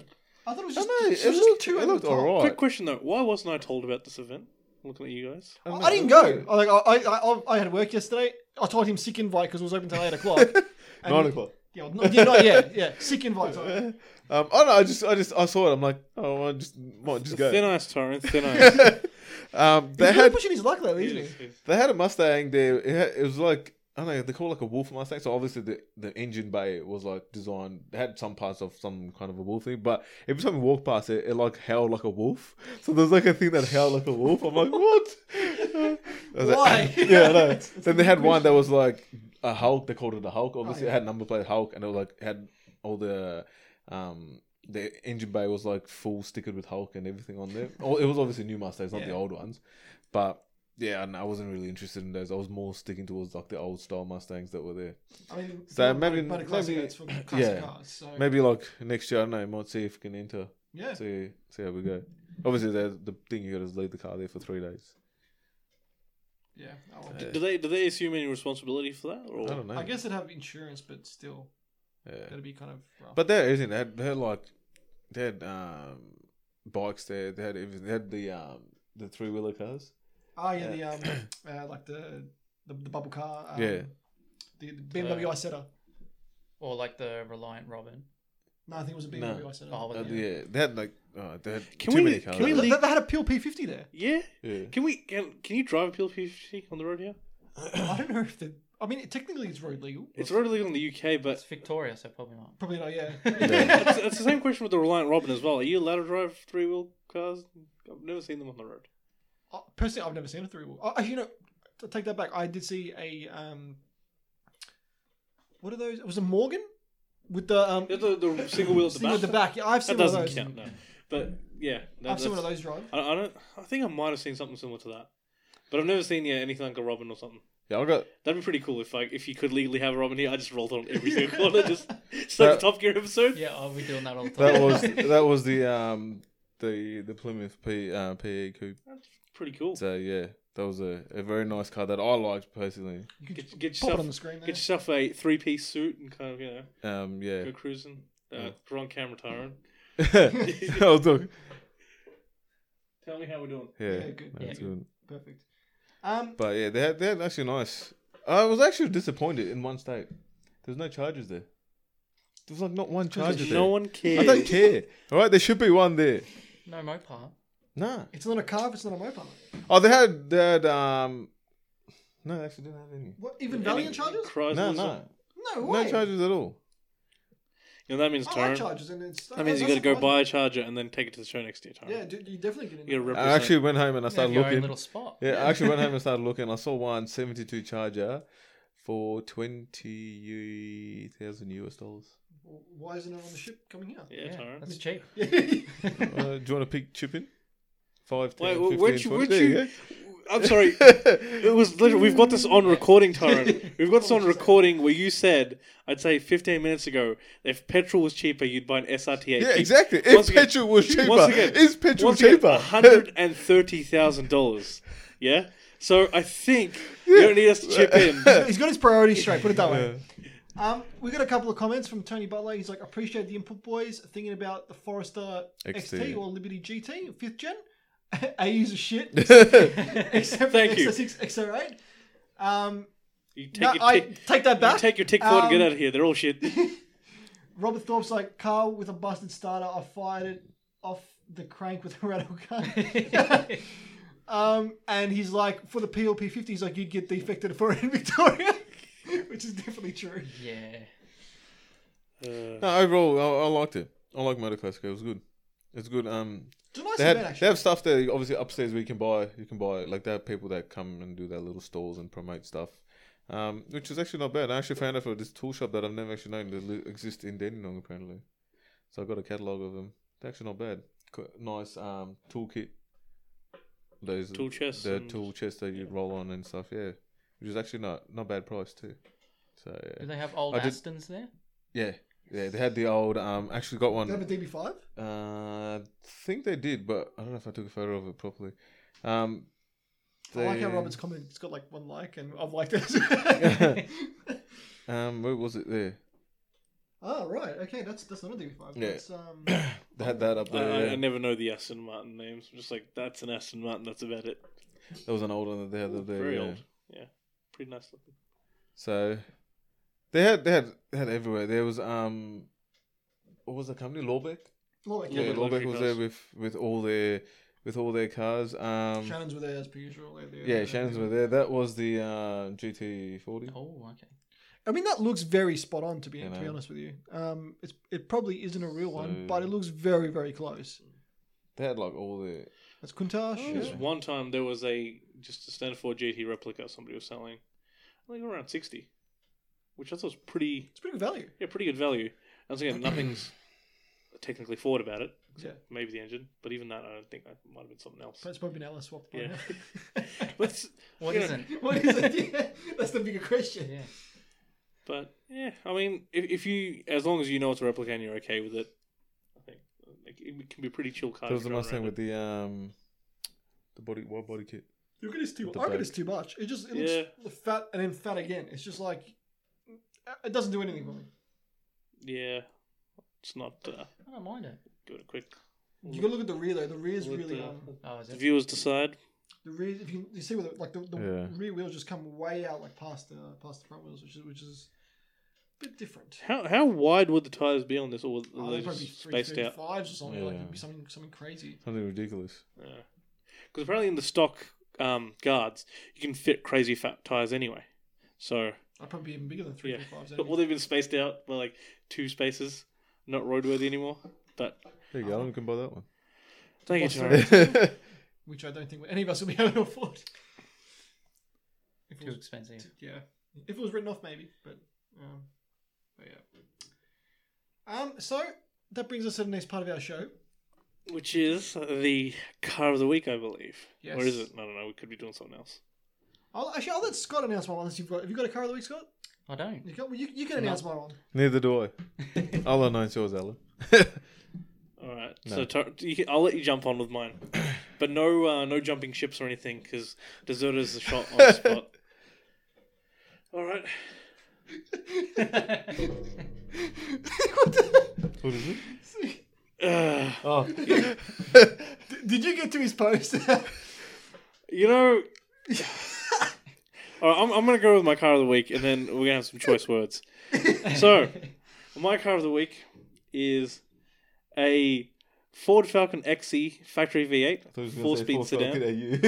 S1: I thought it was
S3: I
S1: just,
S3: know,
S1: it was
S3: it
S1: just
S3: looked-
S1: too
S3: it
S1: over the
S3: looked
S1: top.
S3: alright.
S2: Quick question though: Why wasn't I told about this event? Looking at you guys.
S3: don't
S1: I,
S3: know.
S1: didn't go. I, like I, I, I- I had work yesterday. I told him sick invite because it was open till eight o'clock. And-
S3: Nine o'clock.
S1: Yeah, well, not, yeah, not yet. Yeah, sick invite. sorry.
S3: Um, I don't know. I just I just I saw it. I'm like, oh, I just might just
S2: Thin
S3: go.
S2: ice, Torrent. Thin ice.
S3: um,
S1: He's
S3: they
S1: really
S3: had
S1: pushing his luck lately, isn't he?
S2: Yes, yes.
S3: they had a Mustang there. It, had, it was like I don't know. They call it like a Wolf Mustang. So obviously the, the engine bay was like designed had some parts of some kind of a wolf thing. But every time you walk past it, it like howled like a wolf. So there's like a thing that howled like a wolf. I'm like, what? I was like,
S1: Why?
S3: yeah, I know. then they had one that was like a Hulk. They called it a Hulk. Obviously, it had number plate Hulk, and it was like had all the um. The engine bay was like full stickered with Hulk and everything on there. Oh, It was obviously new Mustangs, not the
S1: Yeah.
S3: old ones, but yeah, and I wasn't really interested in those. I was more sticking towards like the old style Mustangs that were there.
S1: I mean,
S3: So
S1: yeah,
S3: maybe-
S1: but a classic
S3: maybe-
S1: it's for classic
S3: yeah.
S1: cars. So
S3: Maybe like next year, I don't know. Might see if we can enter.
S1: yeah,
S3: See see how we go. Obviously, the the thing you got is leave the car there for three days.
S1: yeah. I will.
S2: Do they do they assume any responsibility for that? Or
S3: I don't know.
S1: I guess it'd have insurance, but still,
S3: Yeah.
S1: that'd be kind of rough.
S3: But there isn't. They had, they had like they had um bikes there. They had everything. They had the um the three wheeler cars.
S1: ah, yeah, the um, uh, like the, the the bubble car. Um,
S3: Yeah.
S1: The, the BMW
S4: Uh,
S1: i setter.
S4: Or like the Reliant Robin.
S1: No, I think it was a BMW i setter.
S4: Oh,
S3: Uh,
S4: well,
S3: yeah. They had like Oh, they had
S2: Can
S3: too
S2: we-
S3: many
S2: can
S3: cars.
S1: They,
S2: we
S1: they
S2: leave-
S1: they had a pure P50 there.
S2: Yeah.
S3: Yeah.
S2: Can we? Can, can you drive a PL50 on the road here?
S1: I don't know if they. I mean, technically it's road legal.
S2: It's already legal in the UK, but
S4: It's Victoria, so probably not.
S1: Probably not. Yeah.
S2: it's, it's the same question with the Reliant Robin as well. Are you allowed to drive three wheel cars? I've never seen them on the road.
S1: Uh, Personally, I've never seen a three wheel. Oh, you know, t- take that back. I did see a um. What are those? It was a Morgan, with the um.
S2: The, the, the single wheel at the
S1: thing
S2: back.
S1: with the back. Yeah, I've seen
S2: That
S1: one of
S2: doesn't
S1: those.
S2: count, no. But yeah, that,
S1: I've seen one of
S2: that's-
S1: those drive.
S2: I, I don't. I think I might have seen something similar to that, but I've never seen yeah anything like a Robin or something.
S3: Yeah, I got
S2: That'd be pretty cool if like if you could legally have a Robin here. I just rolled it on every single corner, just it's like
S3: That-
S2: the Top Gear episode.
S4: Yeah, I'll be doing that all the time.
S3: that was that was the um the the Plymouth P uh, PE coupe.
S2: That's pretty cool.
S3: So yeah, that was a, a very nice car that I liked personally.
S1: You could
S2: Get,
S1: just
S2: get
S1: pop it
S2: yourself
S1: on the screen there.
S2: get yourself a three piece suit and kind of you know
S3: Um,
S2: go
S3: yeah,
S2: cruising. Uh,
S3: Yeah.
S2: We're on camera, Tyrone.
S3: I was talking.
S2: Tell me how we're doing.
S3: Yeah,
S1: Yeah, good.
S3: that's
S4: Yeah.
S3: good.
S1: Perfect. Um,
S3: But yeah, they had they had actually nice. I was actually disappointed in one state. There's no charges there. There was like not one charger there.
S2: No one
S3: I
S2: cares.
S3: don't care. All right, there should be one there.
S4: No Mopar.
S3: Nah.
S1: it's not a car. It's not a mopar.
S3: Oh, they had they had um. No, they actually didn't have any.
S1: What? Even
S2: Any
S1: Valiant charges?
S2: Chrysler's-
S3: No, no,
S1: No way.
S3: no charges at all.
S2: You know, that means
S1: Oh, I
S2: Tyrone.
S1: like charges, and it's
S2: that means you got
S1: that's
S2: to go
S1: fine.
S2: buy a charger and then take it to the show next year, Tyrone.
S1: Yeah, dude, you definitely get in.
S2: You gotta
S1: there.
S2: rip-
S3: I Uh, actually went home and I
S4: You have
S3: started
S4: your own
S3: looking.
S4: little spot.
S3: Yeah, I actually went home and started looking. I saw one 72 charger for 20,000 US dollars.
S1: Why isn't it on the ship coming here?
S2: Yeah,
S4: Yeah,
S2: Tyrone.
S4: that's cheap.
S3: uh, do you want to pick chip in? 5, 10,
S2: Wait,
S3: 15,
S2: where'd you,
S3: 20.
S2: where'd
S3: There you
S2: you,
S3: go.
S2: I'm sorry. It was literally, we've got this on recording, Tyrone. We've got this on recording where you said, I'd say 15 minutes ago, if petrol was cheaper, you'd buy an SRTA.
S3: Yeah, exactly.
S2: Once
S3: If
S2: again-
S3: petrol was cheaper,
S2: Once again,
S3: is petrol
S2: once again,
S3: cheaper?
S2: $130,000. Yeah? So I think you don't need us to chip in.
S1: He's got his priorities straight. Put it that way.
S3: Yeah.
S1: Um, we got a couple of comments from Tony Butler. He's like, appreciate the input, boys. Thinking about the Forester
S3: XT.
S1: XT, or Liberty GT, fifth gen. AU's a shit, except for
S2: Thank you.
S1: XR6, XR8. oh Um,
S2: You take,
S1: no,
S2: your
S1: I
S2: tick,
S1: take that
S2: you
S1: back.
S2: take your tick forward and get
S1: Um,
S2: out of here. They're all shit.
S1: Robert Thorpe's like, Carl with a busted starter. I fired it off the crank with a rattle gun. um, and he's like, for the PLP 50, he's like, you'd get defected for it in Victoria, which is definitely true.
S4: yeah.
S2: Uh,
S3: No, overall, I, I liked it. I like Motor Classic. It was good. It's good. Um,
S1: It's a nice
S3: they
S1: event,
S3: had they
S1: actually.
S3: have stuff there. Obviously, upstairs where you can buy. You can buy like they have people that come and do their little stalls and promote stuff, um, which is actually not bad. I actually found out for this tool shop that I've never actually known that li- exists in Dandenong apparently. So I got a catalog of them. They're actually not bad. Qu- nice um, toolkit. Those
S2: tool chest.
S3: the
S2: and-
S3: tool chest that you roll on and stuff. Yeah, which is actually not not bad price too. So
S4: Do
S3: yeah,
S4: they have old
S3: I did-
S4: Astons there?
S3: yeah, yeah. They had the old. Um, actually got one.
S1: They have a DB5?
S3: Uh, I think they did, but I don't know if I took a photo of it properly. Um,
S1: I like how
S3: they-
S1: Robert's comment. It's got like one like, and I've liked it.
S3: Um, where was it there?
S1: oh, right. Okay, that's that's not a DB5.
S3: Yeah.
S1: That's, um, yeah,
S3: They had that up
S2: I, I,
S3: there.
S2: I
S3: yeah.
S2: never know the Aston Martin names. I'm just like, that's an Aston Martin. That's about it.
S3: That was an old one that they had up there.
S2: Very
S3: yeah.
S2: old. Yeah. Pretty nice looking.
S3: So they had they had they had everywhere. There was um, what was the company? Lawbeck.
S1: like,
S3: Yeah,
S2: Lawbeck
S3: Lawbeck
S2: Luxury
S3: was
S2: Cars.
S3: there with with all their with all their cars. Um,
S1: Shannon's were there as per usual. Like, they're-
S3: yeah,
S1: they're-
S3: Shannon's were there. That was the uh, GT40.
S4: Oh, okay.
S1: I mean, that looks very spot on to be
S3: You
S1: to be
S3: know.
S1: honest with you. Um, it's it probably isn't a real one,
S3: So-
S1: but it looks very very close.
S3: They had like all the
S1: That's Kuntash.
S3: Oh,
S2: There was one time there was a just a standard four GT replica somebody was selling. I think around sixty, which I thought was pretty
S1: It's pretty good value.
S2: yeah pretty good value. Once again, nothing's technically forward about it.
S1: Yeah.
S2: Maybe the engine, but even that I don't think that might have been something else.
S1: But it's probably now swapped. by
S2: Yeah.
S1: now.
S2: But it's-
S4: What
S2: Yeah.
S4: isn't?
S1: what is it? Yeah, that's the bigger question.
S4: Yeah.
S2: but yeah, I mean, if, if you as long as you know it's a replica and you're okay with it, I think like, it can be a pretty chill car.
S3: That was
S2: to
S3: the
S2: drive
S3: Mustang
S2: around
S3: with the um, the body wide body kit.
S1: Look at this too.
S3: With the
S1: I reckon
S3: back.
S1: it's too much. It just it
S2: Yeah.
S1: looks fat and then fat again. It's just like it doesn't do anything for me.
S2: in. Yeah, it's not uh,
S4: I don't mind it.
S2: doing it quick.
S1: You gotta look at the rear though. The rear's
S2: With
S1: really
S2: the-
S1: um
S4: Oh, is
S2: The
S4: it?
S2: viewers decide.
S1: the rear. If you you see where the, like the, the
S3: Yeah.
S1: rear wheels just come way out like past the past the front wheels, which is which is bit different.
S2: How how wide would the tires be on this? Or
S1: Oh,
S2: oh,
S1: they'd probably be three
S2: spaced
S1: thirty
S2: out?
S1: fives or something. Like it'd be
S3: Yeah.
S1: something something crazy.
S3: Something ridiculous.
S2: Because apparently in the stock um, guards, you can fit crazy fat tires anyway. So
S1: I'd probably be even bigger than three
S2: yeah,
S1: thirty fives.
S2: well they've been spaced out by like two spaces, not roadworthy anymore. But
S3: There you go. I can buy that one.
S2: thank you,
S1: What's
S2: Tyrone.
S3: yeah,
S1: which I don't think any of us will be able to afford. If it
S4: Too
S1: was,
S4: expensive.
S1: yeah, if it was written off, maybe. But, um, but yeah. Um. So that brings us to the next part of our show.
S2: Which is the car of the week, I believe.
S1: Yes.
S2: Or is it? I don't know. We could be doing something else.
S1: I'll, actually, I'll let Scott announce my one. Unless you've got, have you got a car of the week, Scott?
S4: I don't.
S1: You, got, you, you can announce my one.
S3: Neither do I. I'll announce yours, Alan.
S2: All right.
S3: No.
S2: So Ty- you can, I'll let you jump on with mine, but no, uh, no jumping ships or anything, because deserters are shot on the spot. All right.
S1: What the-
S3: What is it?
S2: Uh,
S3: Oh,
S1: Did- Did you get to his post?
S2: you know. All right, I'm, I'm gonna go with my car of the week, and then we're gonna have some choice words. So, my car of the week is a Ford Falcon XE factory V8 four-speed sedan.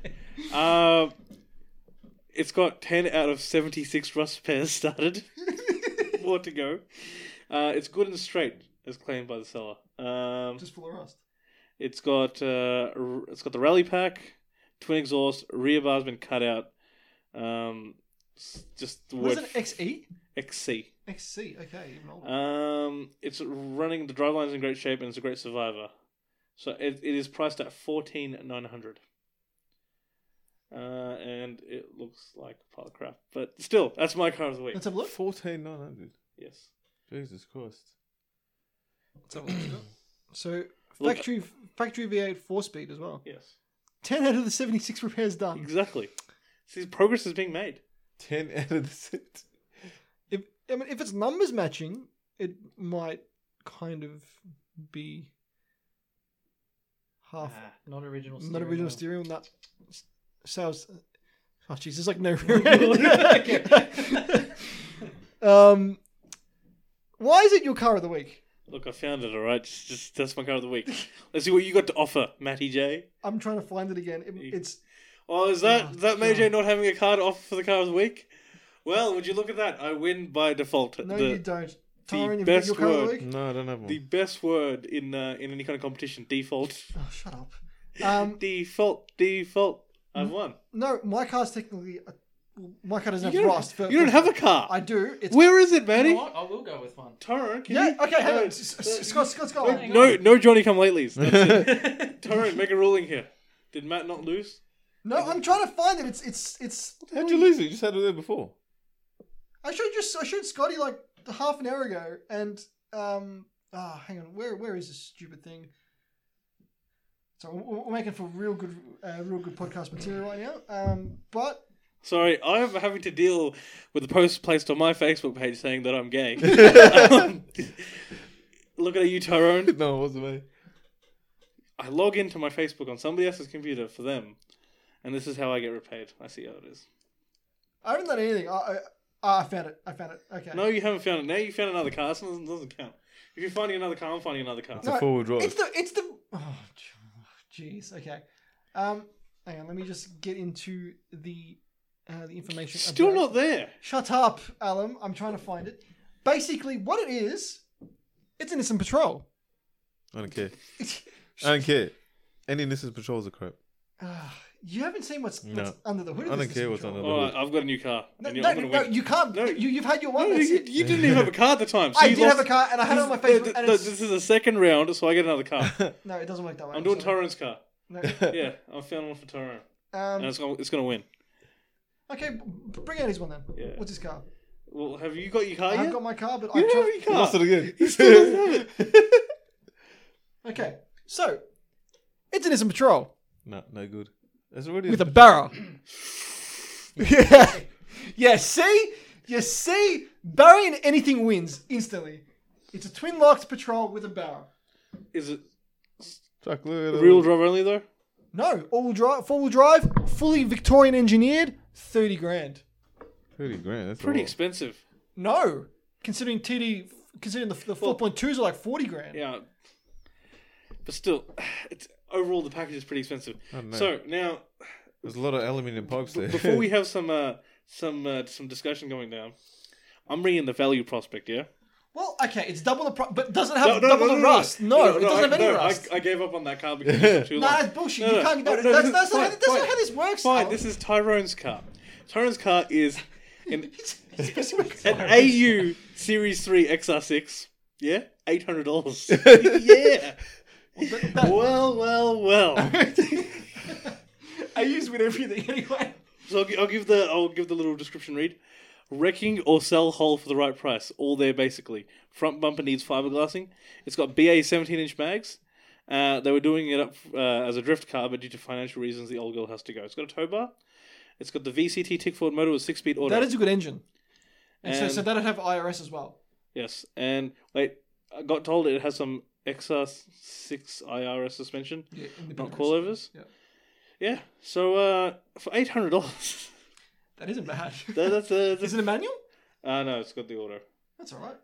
S2: Uh, it's got 10 out of 76 rust pairs started. More to go. Uh, it's good and straight, as claimed by the seller. Um,
S1: Just full of rust.
S2: it's got uh, r- it's got the rally pack, twin exhaust, rear bar's been cut out. Um, s- just the
S1: Was
S2: word
S1: it XE?
S2: XC.
S1: XC. Okay, even older.
S2: Um, it's running the driveline's in great shape and it's a great survivor. So it, it is priced at fourteen nine hundred. Uh, and it looks like a pile of crap, but still, that's my car of the week.
S1: Let's have a look.
S3: Fourteen nine hundred.
S2: Yes,
S3: Jesus Christ.
S1: So
S2: Look-
S1: factory factory V8 four speed as well.
S2: yes,
S1: Ten out of the seventy six repairs done.
S2: exactly. See, progress is being made.
S3: Ten out of the set.
S1: If I mean if it's numbers matching, it might kind of be half
S4: Not original.
S1: Ah. not original steering. Not s- sales. Oh jeez, there's like no
S4: Okay.
S1: room. um, why is it your car of the week?
S2: Look, I found it. All right, just, just that's my car of the week. Let's see what you got to offer, Matty J.
S1: I'm trying to find it again. It- it's
S2: Oh, is that
S1: Oh,
S2: is that Matty J
S1: God.
S2: not having a car to offer for the car of the week? Well, would you look at that? I win by default.
S1: no,
S2: The-
S1: you don't. Tyron, you've got
S2: best
S1: your car of the
S2: word.
S1: week.
S3: No, I don't have one.
S2: The best word in uh, in any kind of competition, default.
S1: Oh, shut up. Um,
S2: Default, default. I've won.
S1: no, my car's technically. A, my car doesn't
S2: You
S1: have
S2: don't,
S1: rust. but-
S2: you don't have a car.
S1: I do. It's
S2: Where is it,
S4: You
S2: Manny?
S4: know what? I will go with one.
S2: Torrent, can
S1: yeah.
S2: you-
S1: Okay, hang
S2: no,
S1: on. S- s- Scott, Scott, Scott.
S4: hang
S2: No, no Johnny come latelys. Torrent, make a ruling here. Did Matt not lose?
S1: No, I'm trying to find it. It's it's it's.
S3: How'd you lose it? You just had it there before.
S1: I showed just I showed Scotty like half an hour ago, and um. Ah, hang on. Where where is this stupid thing? So we're we're making for real good, uh, real good podcast material right now. Um, but
S2: Sorry, I'm having to deal with the post placed on my Facebook page saying that I'm gay. Um, look at you, Tyrone.
S3: No, it wasn't me.
S2: I log into my Facebook on somebody else's computer for them, and this is how I get repaid. I see how it is.
S1: I haven't done anything. I I, ah, I found it. I found it. Okay.
S2: No, you haven't found it. Now you found another car. This doesn't, doesn't count. If you're finding another car, I'm finding another car.
S3: It's a forward drive.
S1: It's the it's the oh jeez okay, um hang on let me just get into the uh, the information.
S2: Still
S1: about-
S2: not there.
S1: Shut up, Alum. I'm trying to find it. Basically, what it is, it's an instant patrol.
S3: I don't care. I don't care. Any Nissan patrols are crap.
S1: Ah, you haven't seen what's,
S3: No.
S1: what's under the hood. Of
S3: I
S1: this
S3: don't care what's
S1: Instant
S3: under
S1: Patrol.
S2: All right, I've got a new car.
S1: No,
S2: and you-
S1: no,
S2: I'm gonna
S1: no,
S2: win.
S1: you can't.
S2: No.
S1: You, you've had your
S2: No,
S1: one. that's
S2: you,
S1: it.
S2: you didn't even have a car at the time. So
S1: I
S2: you
S1: did have a
S2: lost-
S1: car, and I had it on my
S2: Th-
S1: Facebook.
S2: th-
S1: and
S2: th-
S1: it's,
S2: this is the second round, so I get another car.
S1: no, it doesn't work that way.
S2: I'm doing
S1: sorry.
S2: Torrent's car.
S1: No,
S2: Yeah, I found one for Torrent, and
S1: um,
S2: it's gonna, it's gonna win.
S1: okay, b- bring out his one then.
S2: Yeah.
S1: What's his car?
S2: Well, have you got your car
S1: I
S2: yet?
S1: have got my car, but
S2: you
S1: I
S2: don't
S1: just,
S2: have your
S3: You
S2: car.
S3: lost it again.
S2: He still doesn't have it.
S1: Okay, so it's an instant patrol
S3: no, no good. It's already
S1: with a barra. yeah. yeah, see? You see? Barry and anything wins instantly. It's a twin locked patrol with a barra.
S2: Is it
S3: Fuck, look at
S2: real drive only though?
S1: No, all wheel drive, four wheel drive, fully Victorian engineered, 30 grand.
S3: Thirty grand. That's
S2: Pretty
S3: a lot.
S2: expensive.
S1: No, considering TD, considering the, the four point twos are like forty grand.
S2: Yeah. But still, it's overall the package is pretty expensive.
S3: don't know.
S2: So now,
S3: There's a lot of aluminium pipes
S2: b-
S3: there.
S2: before we have some uh, some uh, some discussion going down, I'm bringing the value prospect. Yeah.
S1: Well, okay, it's double the pro- but it doesn't have double the rust. No, it doesn't have any
S2: I, no,
S1: rust.
S2: I, I gave up on that car because it took too
S1: No,
S2: long.
S1: that's bullshit. You can't- no, that's-
S2: this
S1: that's
S2: is
S1: not how-
S2: fine,
S1: that's not
S2: fine.
S1: how this works, Oh.
S2: Fine,
S1: Alan.
S2: this is Tyrone's car. Tyrone's car is an, an
S1: An
S2: AU Series Three XR6. Yeah, eight hundred dollars. yeah. Well, well, well.
S1: I use with everything anyway.
S2: So I'll, gi- I'll give the I'll give the little description read. Wrecking or sell whole for the right price. All there basically. Front bumper needs fiberglassing. It's got BA 17 inch mags. Uh, they were doing it up uh, as a drift car, but due to financial reasons, the old girl has to go. It's got a tow bar. It's got the VCT Tickford motor with six speed auto.
S1: That is a good engine. And,
S2: And-
S1: so, so that'd have IRS as well.
S2: yes, and wait, I got told it has some XR6 IRS suspension,
S1: Yeah,
S2: not coilovers.
S1: Yeah.
S2: Yeah, so uh, for eight hundred dollars,
S1: That isn't bad.
S2: that's a.
S1: is it a manual?
S2: Ah no, it's got the auto.
S1: That's all right.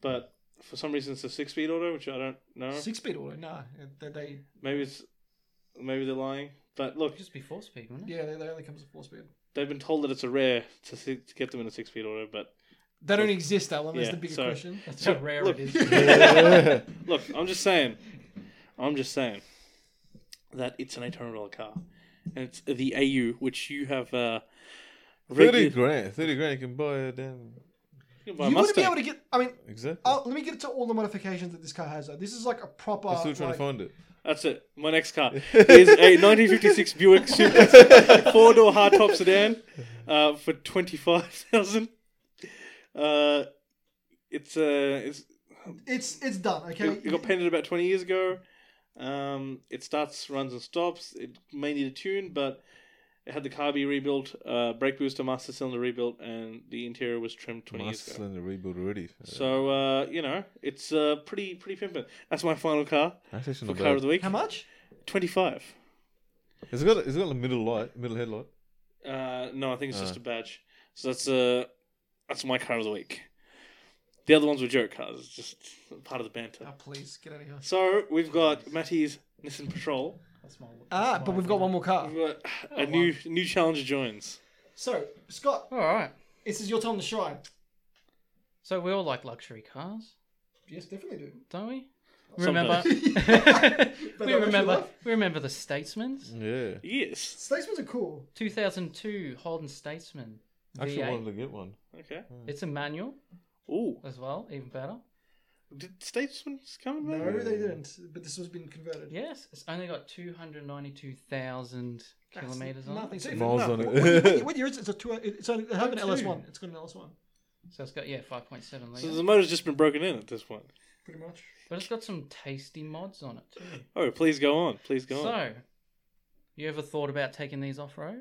S2: but for some reason it's a six speed auto, which I don't know.
S1: Six speed auto. Nah, they, they
S2: Maybe it's maybe they're lying. But look,
S4: Just before speed, wouldn't it?
S1: yeah, they, they only comes with four speed.
S2: they've been told that it's a rare to, see, to get them in a six speed auto. But
S1: They don't exist, Alan. That's
S2: Yeah,
S1: the bigger
S2: sorry.
S1: question.
S4: That's how rare
S2: look.
S4: it is.
S2: look, I'm just saying, I'm just saying that it's an eight hundred dollar car, and it's the AU, which you have. Uh,
S3: thirty
S2: regu-
S3: grand, thirty grand, you can buy a damn
S2: you can buy a
S1: you wouldn't be
S2: Mustang.
S1: able to get. I mean,
S3: exactly.
S1: i let me get to all the modifications that this car has. Though. This is like a proper.
S3: I'm still trying
S1: oh, like-
S3: to find it.
S2: That's it. My next car is a 1956 Buick Supra, four door hardtop sedan, uh, for twenty five thousand. Uh, it's uh, it's
S1: It's it's done. Okay.
S2: it, it got painted about twenty years ago. Um, it starts, runs, and stops. It may need a tune, but it had the carby rebuilt, uh, brake booster, master cylinder rebuilt, and the interior was trimmed twenty
S3: Master
S2: years ago.
S3: cylinder rebuild already.
S2: So uh, you know, it's uh, pretty pretty pimpin'. That's my final car
S3: That's actually
S2: for
S3: not
S2: car
S3: bad.
S2: of the week.
S1: How much?
S2: Twenty five.
S3: It's got it's got a middle light, middle headlight.
S2: Uh, no, I think it's just
S3: Uh.
S2: a badge. So that's uh that's my car of the week. The other ones were joke cars. It's just part of the banter.
S1: Oh, please get out of here.
S2: So we've got Matty's Nissan Patrol.
S4: That's my,
S1: Ah, but we've got one more car.
S2: We've got a new new challenger joins.
S1: So Scott,
S4: All right.
S1: this is your time to shine.
S4: So we all like luxury cars,
S1: Yes, definitely do.
S4: don't we? Remember,
S2: Sometimes.
S4: we
S1: not
S4: remember,
S1: much
S4: we remember the Statesman's
S3: Yeah,
S2: Yes.
S1: Statesmans are cool.
S4: 2002 Holden Statesman.
S3: I actually
S4: V8.
S3: wanted to get one.
S2: Okay.
S4: It's a manual
S2: Ooh.
S4: as well, even better.
S2: Did Statesman's coming
S1: No,
S2: back?
S1: they didn't. But this has been converted.
S4: Yes, it's only got 292,000
S1: That's
S4: kilometers on
S1: nothing.
S4: it.
S1: So if-
S3: Miles
S1: no,
S3: on it.
S1: What, what- what year is it? It's a two. It's only, it had an
S4: Two.
S1: LS one. It's got an LS one.
S4: So it's got yeah 5.7
S2: So
S4: liters,
S2: the motor's just been broken in at this point.
S1: Pretty much.
S4: but it's got some tasty mods on it too.
S2: Oh, please go on. Please go on.
S4: So, you ever thought about taking these off road?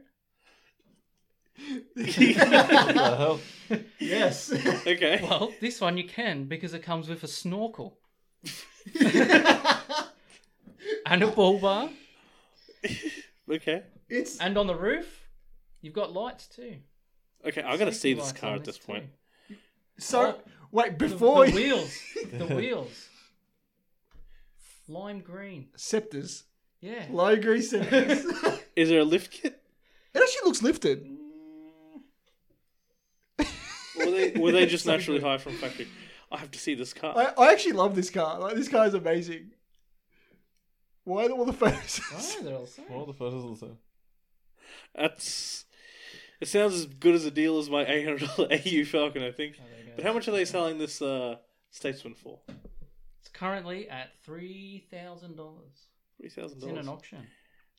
S1: Yes.
S2: Okay.
S4: Well, this one you can because it comes with a snorkel and a bull bar,
S2: Okay.
S1: it's
S4: and on the roof you've got lights too.
S2: Okay, I gotta see
S4: Safety
S2: this
S4: lights
S2: car
S4: on
S2: at this
S4: too.
S2: point.
S1: so. Wait,
S4: The,
S1: before
S4: the
S1: you-
S4: wheels, the wheels, lime green.
S1: scepters,
S4: Yeah,
S1: low grease scepters. it
S2: Is there a lift kit?
S1: actually looks lifted.
S2: Or were they were they just naturally high from factory? I have to see this car.
S1: I, I actually love this car. Like this car is amazing. Why are all the photos?
S4: oh, they're all the same.
S3: All the photos are the same.
S2: That's. It sounds as good as a deal as my eight hundred dollar AU Falcon, I think.
S4: Oh, there you
S2: But
S4: go.
S2: how much are they selling this uh, Statesman for?
S4: It's currently at three thousand dollars.
S2: Three thousand
S4: It's in an
S2: dollars.
S4: auction.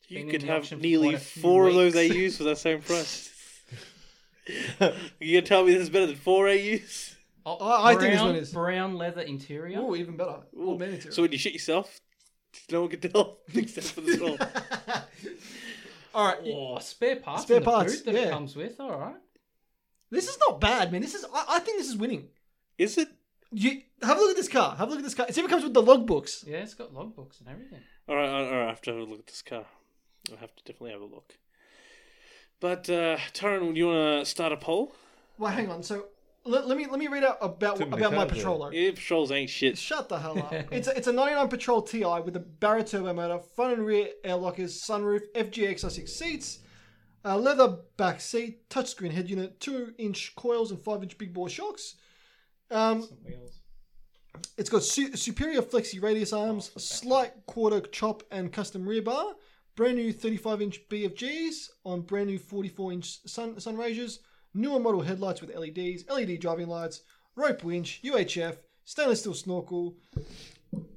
S2: You
S4: been
S2: could
S4: in the
S2: have
S4: auction for
S2: nearly
S4: quite a few
S2: four of those
S4: weeks.
S2: AUs for that same price. you gonna tell me this is better than four AUs?
S4: Oh,
S1: I- I think this
S4: brown-
S1: one is-
S4: brown leather interior.
S1: Oh, even better. All men
S2: So when you shit yourself, no one can tell except for this roll.
S1: all right.
S4: Oh, spare parts.
S1: Spare
S4: Spare
S1: parts,
S4: parts. that
S1: yeah.
S4: it comes with. All right.
S1: This is not bad, man. This is. I, I think this is winning.
S2: Is it?
S1: You have a look at this car. Have a look at this car. It even comes with the logbooks.
S4: Yeah, it's got logbooks and everything.
S2: All right, all right, all right, I have to have a look at this car. I have to definitely have a look. But uh, Taran, do you want to start a poll?
S1: Well, hang on. So let, let me let me read out about
S3: Too many
S1: about my
S3: cars there.
S1: patroller.
S2: Yeah, patrols ain't shit.
S1: Shut the hell up. it's, a, it's a 99 Patrol TI with a Barrett turbo motor, front and rear air lockers, sunroof, FGX 6 seats, a leather back seat, touchscreen head unit, 2 inch coils, and 5 inch big bore shocks. Um,
S4: Wheels.
S1: it's got su- superior flexi radius arms, slight quarter chop, and custom rear bar. Brand new 35 inch BFGs on brand new 44 inch sun sunraisers. Newer model headlights with E LEDs, LED driving lights, rope winch, UHF, stainless steel snorkel,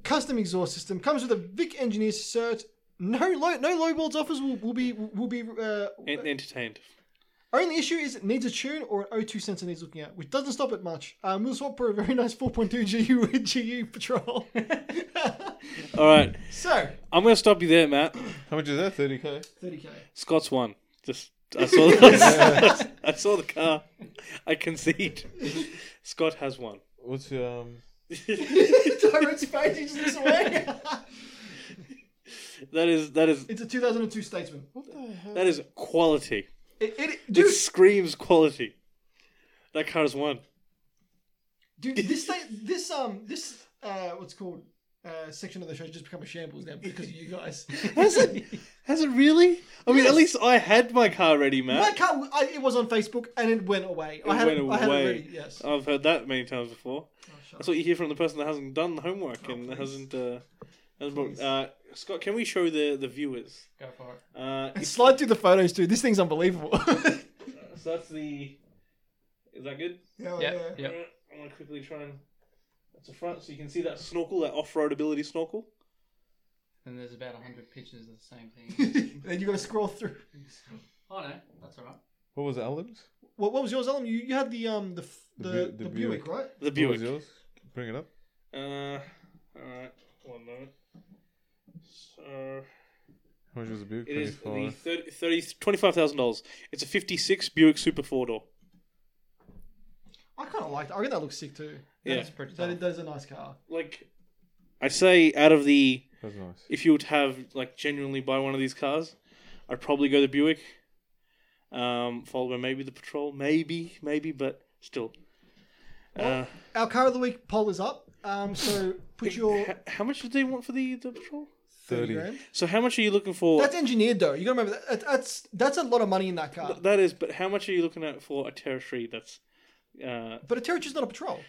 S1: custom exhaust system. Comes with a Vic Engineer cert. No low, no low builds offers will, will be will be uh,
S2: En- entertained.
S1: only issue is it needs a tune or an O2 sensor needs looking at, which doesn't stop it much. Um, we'll swap for a very nice 4.2 GU with GU patrol.
S2: All right,
S1: so,
S2: I'm gonna stop you there, Matt.
S3: How much is that? Thirty k.
S1: 30k.
S2: Scott's won. Just I saw. The, I saw the car. I concede. Scott has won.
S3: What's your um?
S1: Tyrone's face, he just looks away.
S2: That is that is
S1: it's a 2002 Statesman.
S2: that is quality.
S1: It, it, dude,
S2: It screams quality. That car has won.
S1: dude, this sta- this um this uh what's it called uh section of the show has just become a shambles now because of you guys.
S2: Has it? Has it really? I mean, at least I had my car ready,
S1: I
S2: Matt.
S1: can't. I, it was on Facebook and it went away. I
S2: It
S1: had
S2: went
S1: it, I had it
S2: away. Oh,
S1: ready. Yes. Oh,
S2: I've heard that many times before.
S1: shut
S2: That's what you hear from the person that hasn't done the homework
S1: Oh,
S2: and
S1: please.
S2: hasn't. Uh, hasn't
S1: Please.
S2: brought, uh, Scott, can we show the the viewers?
S4: Go for it.
S2: Uh, if-
S1: Slide through the photos, dude. This thing's unbelievable.
S2: oh, so that's the. Is that good?
S4: Yep. Yep.
S2: I'm gonna quickly try and. That's the front, so you can see that snorkel, that off-road ability snorkel.
S4: And there's about hundred pictures of the same thing.
S1: then you got to scroll through.
S4: oh no, that's all right.
S3: What was it, Alan's?
S1: What, what was yours, Alan? You, you had the um the f- the,
S3: The
S1: the,
S3: Bu- the
S1: Buick,
S3: Buick.
S1: right?
S2: The
S3: What
S2: Buick.
S3: was yours? Bring it up.
S2: Uh, all right, one moment. So
S3: How much was the Buick?
S2: it is the
S3: 25.
S2: 30, 30 $25,000. dollars. It's a 56 Buick Super 4-door.
S1: I kind of liked. It. I think that looks sick too.
S2: Yeah.
S4: That's pretty
S1: That,
S4: tough.
S1: is- that is a nice car.
S2: Like I'd say out of the
S3: That's nice.
S2: if you would have like genuinely buy one of these cars, I'd probably go the Buick. Um, followed by maybe the Patrol, maybe, maybe, but still. Uh,
S1: Our car of the week poll is up. Um, so put your
S2: h- how much did they want for the, the Patrol?
S1: thirty
S3: Thirty.
S1: grand.
S2: So how much are you looking for?
S1: That's engineered though. You got to remember that. That's that's a lot of money in that car.
S2: Th- that is, but how much are you looking at for a territory that's, uh,
S1: But a Territory's not a patrol.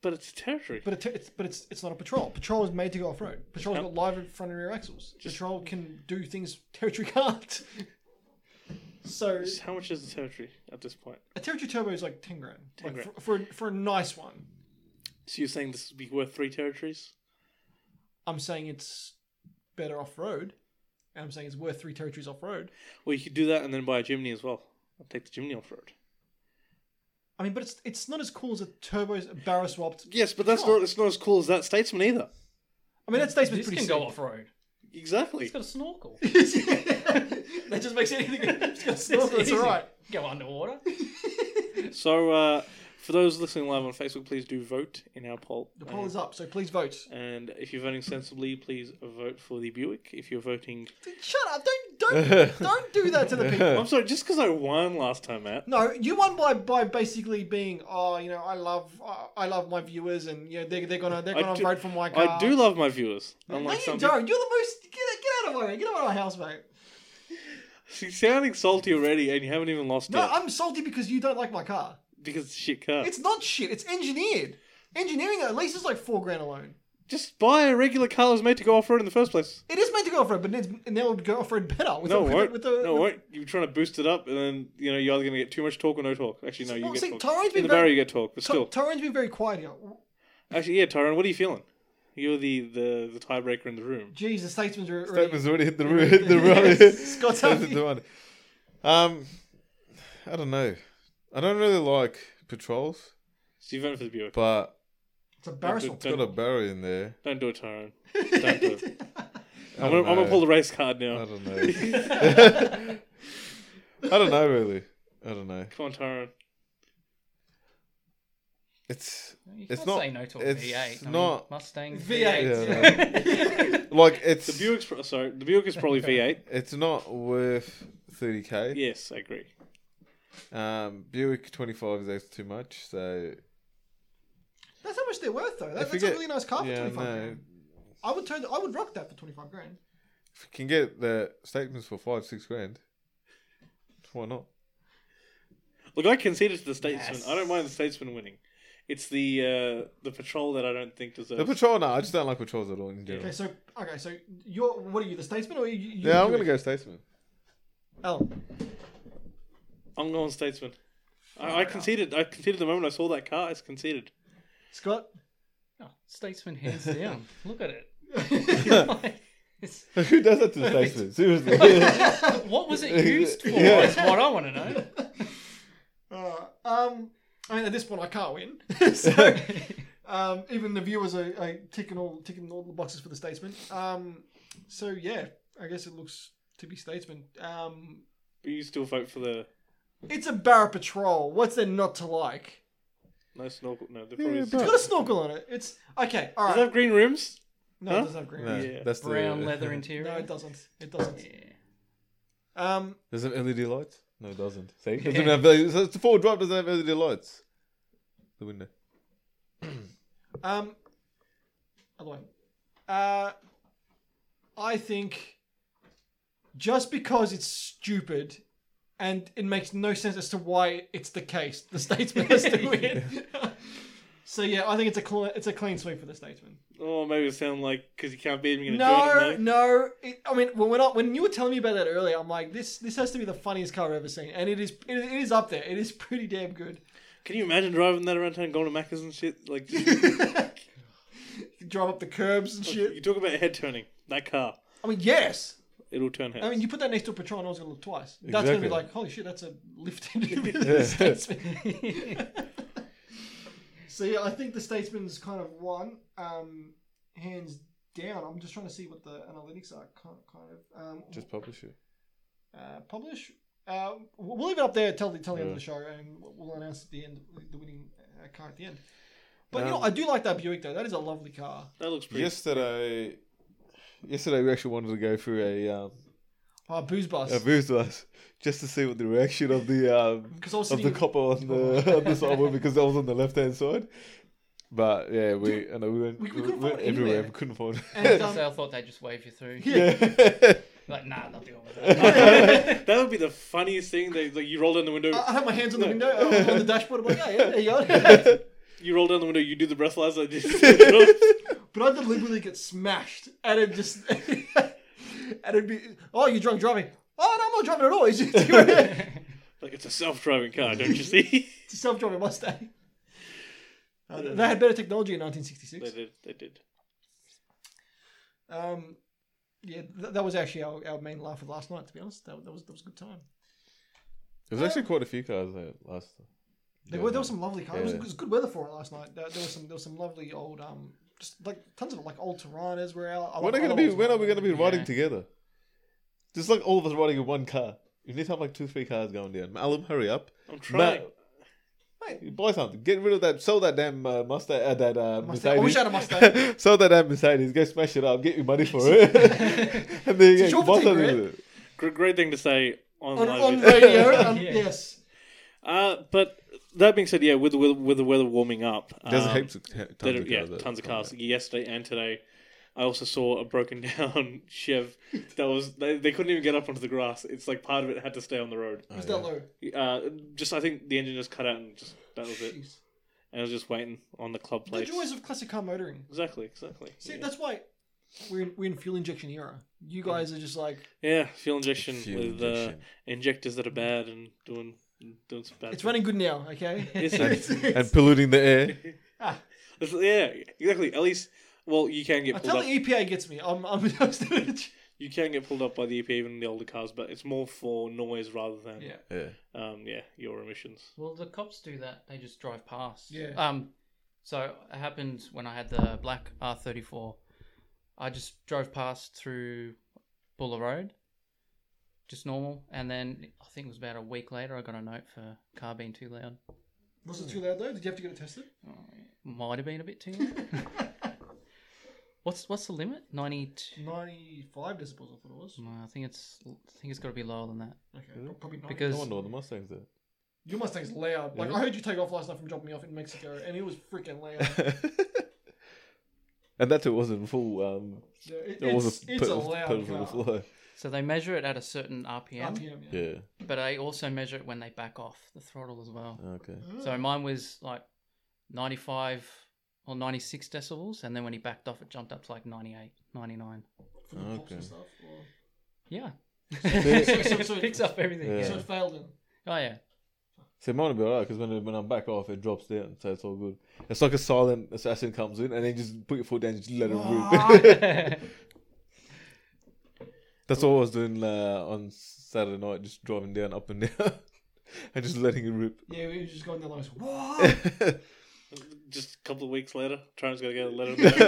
S2: but it's a territory.
S1: But a ter- it's but it's it's not a patrol. Patrol is made to go off road. Patrol's got live front and rear axles. Patrol can do things Territory can't. so
S2: Just how much is the territory at this point?
S1: a Territory turbo is like ten grand.
S2: 10
S1: like,
S2: grand.
S1: For, for for a nice one.
S2: So you're saying this would be worth three territories?
S1: I'm saying it's better off road. And I'm saying it's worth three territories off road.
S2: Well, you could do that and then buy a Jimny as well. I'll take the Jimny off road.
S1: I mean, but it's it's not as cool as a turbo barrel swapped.
S2: Yes, but that's
S1: Sure.
S2: not it's not as cool as that Statesman either.
S1: I mean, that statement's
S4: This
S1: pretty.
S4: can go off road.
S2: Exactly.
S4: It's got a snorkel.
S1: that just makes anything. It's, got snorkel, it's all
S4: easy.
S1: right.
S4: Go underwater.
S2: So uh, for those listening live on Facebook, please do vote in our poll.
S1: The poll is up, so please vote.
S2: And if you're voting sensibly, please vote for the Buick. If you're voting,
S1: Shut up! Don't don't don't do that to the people.
S2: I'm sorry, just because I won last time, Matt.
S1: No, you won by by basically being, oh, you know, I love I, I love my viewers, and you know they they're gonna they're
S2: I
S1: gonna
S2: do-
S1: vote for my car.
S2: I do love Oh my viewers.
S1: No,
S2: Unlike
S1: you
S2: some
S1: don't. You're the most. Get, get out of my get out of my house, mate.
S2: She's sounding salty already, and you haven't even lost
S1: No,
S2: it
S1: I'm salty because you don't like my car.
S2: because it's a shit car.
S1: It's not shit. It's engineered. Engineering at least is like four grand alone.
S2: Just buy a regular car that was made to go off road in the first place.
S1: It is meant to go off road, but it's, and now it would go off road better. With
S2: No,
S1: the, with
S2: it won't.
S1: The, with the,
S2: no, it
S1: with-
S2: won't. You're trying to boost it up, and then you know you're either going to get too much talk or no talk. Actually, no, you
S1: Well,
S2: get
S1: see,
S2: talk.
S1: Tyrone's
S2: in
S1: been
S2: the
S1: very-
S2: barrier, you get talk, but
S1: Ty-
S2: still.
S1: Tyrone's been very quiet here.
S2: Actually, yeah, Tyrone, what are you feeling? You're the the, the tiebreaker in the room.
S1: Jeez, the statesman's are already.
S3: Statement's already hit the roof. Hit the roof.
S1: Yes, Scott's
S3: That's
S1: happy.
S3: the one. Um, I don't know. I don't really like patrols,
S2: So you voted for the Buick.
S3: but
S1: It's embarrassing.
S3: it's got a barrier in there.
S2: Don't do it, Tyrone. Don't do it.
S3: I
S2: I'm
S3: don't
S2: gonna, I'm gonna
S3: know.
S2: pull the race card
S3: I
S2: now.
S3: don't know. I don't know really. I don't know.
S2: Come on, Tyrone.
S3: It's
S4: You
S3: It's
S4: can't
S3: not-
S4: say no to a
S3: it's
S4: V8. I mean,
S3: not-
S4: Mustang
S1: V8.
S3: yeah, like it's
S2: The Buick's pro- sorry. The Buick is probably V8.
S3: it's not worth thirty k.
S2: Yes, I agree.
S3: Um, Buick 25 is that's too much, so
S1: That's how much they're worth, though. That, that's
S3: forget-
S1: a really nice car for
S3: yeah,
S1: 25
S3: no.
S1: grand. I would turn. I would rock that for 25 grand.
S3: if you can get the statements for five, six grand, why not?
S2: Look, I conceded to the statesman.
S4: Yes.
S2: I don't mind the statesman winning. It's the uh, the patrol that I don't think
S4: Uh,
S2: deserves.
S3: The patrol, no, I just don't like patrols at all in general.
S1: Okay, so okay, so you're what are you, the statesman, or are you? you
S3: Yeah, I'm gonna go statesman.
S1: Oh,
S2: I'm going statesman. I, I conceded. I conceded the moment I saw that car. It's conceded.
S1: Scott.
S4: Oh, statesman hands down. Look at it. It's-
S3: Who does that to the statesman? Seriously.
S4: what was it used for?
S3: Yeah.
S4: That's what I want to know.
S1: Uh, um, I mean, at this point, I can't win. so, um, even the viewers are, are ticking all ticking all the boxes for the statesman. Um, so yeah, I guess it looks to be statesman. Um,
S2: But you still vote for the
S1: it's a Barra Patrol. What's there not to like?
S2: no snorkel. No, the
S3: Yeah,
S2: probably.
S3: but-
S1: It's got a snorkel on it. It's okay. All
S2: Does
S1: right.
S2: it have green rims?
S1: no, it
S2: huh?
S1: doesn't have green.
S3: no,
S2: Yeah.
S3: that's the
S4: Brown leather interior.
S1: No, it doesn't. It doesn't.
S4: Yeah.
S1: Um,
S3: Does it have LED E lights? No, it doesn't. See, it doesn't have LED. So it's a four drive. Doesn't have LED lights. The window.
S1: Um, other way. Uh, I think just because it's stupid and it makes no sense as to why it's the case, the statesman has to win. so yeah, I think it's a cl- it's a clean sweep for the statesman.
S2: Oh, maybe it sound like because you can't beat him. You're gonna
S1: No,
S2: join him,
S1: no. It, I mean, when, when, I, when you were telling me about that earlier, I'm like, this this has to be the funniest car I've ever seen, and it is it, it is up there. It is pretty damn good.
S2: Can you imagine driving that around town, going to Macca's and shit? Like, just-
S1: You drive up the curbs and
S2: you
S1: shit.
S2: talk about head turning. That car,
S1: I mean, yes.
S2: it'll turn heads.
S1: I mean, you put that next to a Patron, I was going to look twice. That's going to
S3: Exactly.
S1: be like, holy shit, that's a lifted. so yeah, I think the Statesman's kind of won, um, hands down. I'm just trying to see what the analytics are. Kind kind of um,
S3: Just publish it.
S1: uh, publish. Uh, we'll we'll leave it up there. Tell the tell the end
S3: Yeah.
S1: of the show, and we'll- we'll announce at the end the winning uh, car at the end. But
S3: Um,
S1: you know, I do like that Buick though. That is a lovely car.
S2: that looks pretty.
S3: Yesterday, yesterday we actually wanted to go through a um,
S1: Oh, booze bus.
S3: a booth us just to see what the reaction of the um,
S1: 'Cause I was
S3: of the
S1: sitting-
S3: copper on the on the sidewall because I was on the left hand side. But yeah, we I know we went,
S1: we-
S3: we,
S1: we couldn't
S3: went
S1: find it
S3: everywhere.
S1: anywhere.
S3: We couldn't find.
S1: And, um,
S4: So I thought they'd just wave you through.
S3: it.
S4: Like, nah, not dealing with that.
S2: that would be the funniest thing. They, like, you roll down the window.
S1: I I had my hands on the window, I was on the dashboard. I'm like, yeah, yeah, there you go.
S2: you roll down the window. You do the breathalyzer. Just
S1: But I deliberately get smashed, and it just, and it'd be, oh, you're drunk driving. Oh, no, I'm not driving at all. It's just it's
S2: like it's a self-driving car, don't you see?
S1: a self-driving Mustang. Uh, they had better technology in
S2: they
S1: 1966.
S2: did. They did.
S1: Um, yeah, th- that was actually our, our main laugh of last night. To be honest, that, that was that was a good time.
S3: There's actually quite a few cars there last.
S1: There were there were some lovely cars. It, was,
S3: Yeah.
S1: it was good weather for it last night. There, there was some there was some lovely old um, just like tons of like old Tiranas were out. I
S3: When are
S1: like- I
S3: gonna
S1: like
S3: be?
S1: old
S3: When are we
S1: Tiranas.
S3: gonna be riding
S4: Yeah.
S3: together? Just like all of us riding in one car. You need to have like two, three cars going down. Alum, hurry up!
S2: I'm
S3: Matt,
S2: trying.
S3: buy something. Get rid of that. Sell that damn uh, Mustang. Uh, that uh,
S1: Mustang.
S3: Mercedes.
S1: I wish I had a Mustang.
S3: Sell that damn Mercedes. Go smash it up. Get your money for it. and then you
S1: It's a
S3: go buy
S1: short
S3: something
S1: thing,
S3: with it.
S2: Gr- Great thing to say on,
S1: on,
S2: live
S1: on
S2: video.
S1: radio. on-
S4: Yeah.
S1: Yes.
S2: Uh, but that being said, yeah, with the, with, with the weather warming up,
S3: There's
S2: um,
S3: heaps of t- tons
S2: there-
S3: of cars.
S2: yeah,
S3: there.
S2: tons of cars. Yesterday and today, I also saw a broken down Chev that was they, they couldn't even get up onto the grass. It's like part of it had to stay on the road.
S1: Who's that low?
S2: Uh, just I think the engine just cut out and just that was it.
S1: Jeez.
S2: And I was just waiting on the club
S1: The
S2: plate.
S1: joys of classic car motoring.
S2: Exactly, exactly.
S1: See,
S2: yeah.
S1: that's why we're in, we're in fuel injection era. You guys are just like
S2: Yeah, fuel injection
S3: Fuel
S2: with Uh,
S3: injection.
S2: injectors that are bad and doing doing some bad.
S1: it's
S2: things.
S1: running good now, okay?
S2: Yes,
S1: It's-
S2: and-
S1: it's-
S3: and polluting the air.
S1: ah.
S2: It's- yeah, exactly. At least, well, you can get pulled
S1: Until
S2: up.
S1: the EPA gets me, I'm I'm just
S2: You can get pulled up by the EPA even in the older cars, but it's more for noise rather than
S1: yeah.
S3: Yeah.
S2: um yeah your emissions.
S4: Well, the cops do that. They just drive past.
S1: Yeah.
S4: Um, so it happened when I had the black R34. I just drove past through Buller Road, just normal, and then I think it was about a week later I got a note for car being too loud.
S1: Was it too loud though? Did you have to get it tested?
S4: Might have been a bit too loud. what's what's the limit? Ninety two.
S1: Ninety five decibels, I
S4: Mm.
S1: thought it was.
S4: No, I think it's I think it's got to be lower than that
S1: Okay, probably not.
S4: because
S3: I wonder what the Mustang's there.
S1: Your Mustang's loud. Like
S3: Yeah.
S1: I heard you take off last night from dropping me off in Mexico, and it was freaking loud.
S3: and that too wasn't full. Um,
S1: Yeah, it,
S3: it was
S1: it's,
S3: a
S1: it's a
S3: pedal-
S1: loud
S3: pedal
S1: car.
S3: to the floor.
S4: So they measure it at a certain RPM,
S1: RPM, yeah.
S3: Yeah.
S4: but I also measure it when they back off the throttle as well.
S3: Okay.
S4: So mine was like 95 or 96 decibels, and then when he backed off, it jumped up to like 98, 99.
S1: From the pulse
S3: Okay.
S1: and stuff. or-
S4: Yeah.
S1: So- so- so-
S4: picks up everything.
S1: So
S3: Yeah.
S1: it failed then.
S4: Oh, yeah.
S3: So it might be alright because when I- when I'm back off, it drops down, so it's all good. It's like a silent assassin comes in and then just put your foot down, and just let it
S1: Ah,
S3: rip. That's all I was doing uh, on Saturday night, just driving down up and down, and just letting it rip.
S1: Yeah, we were just going down the lines. What?
S2: Just a couple of weeks later, Travis got to get a letter. back.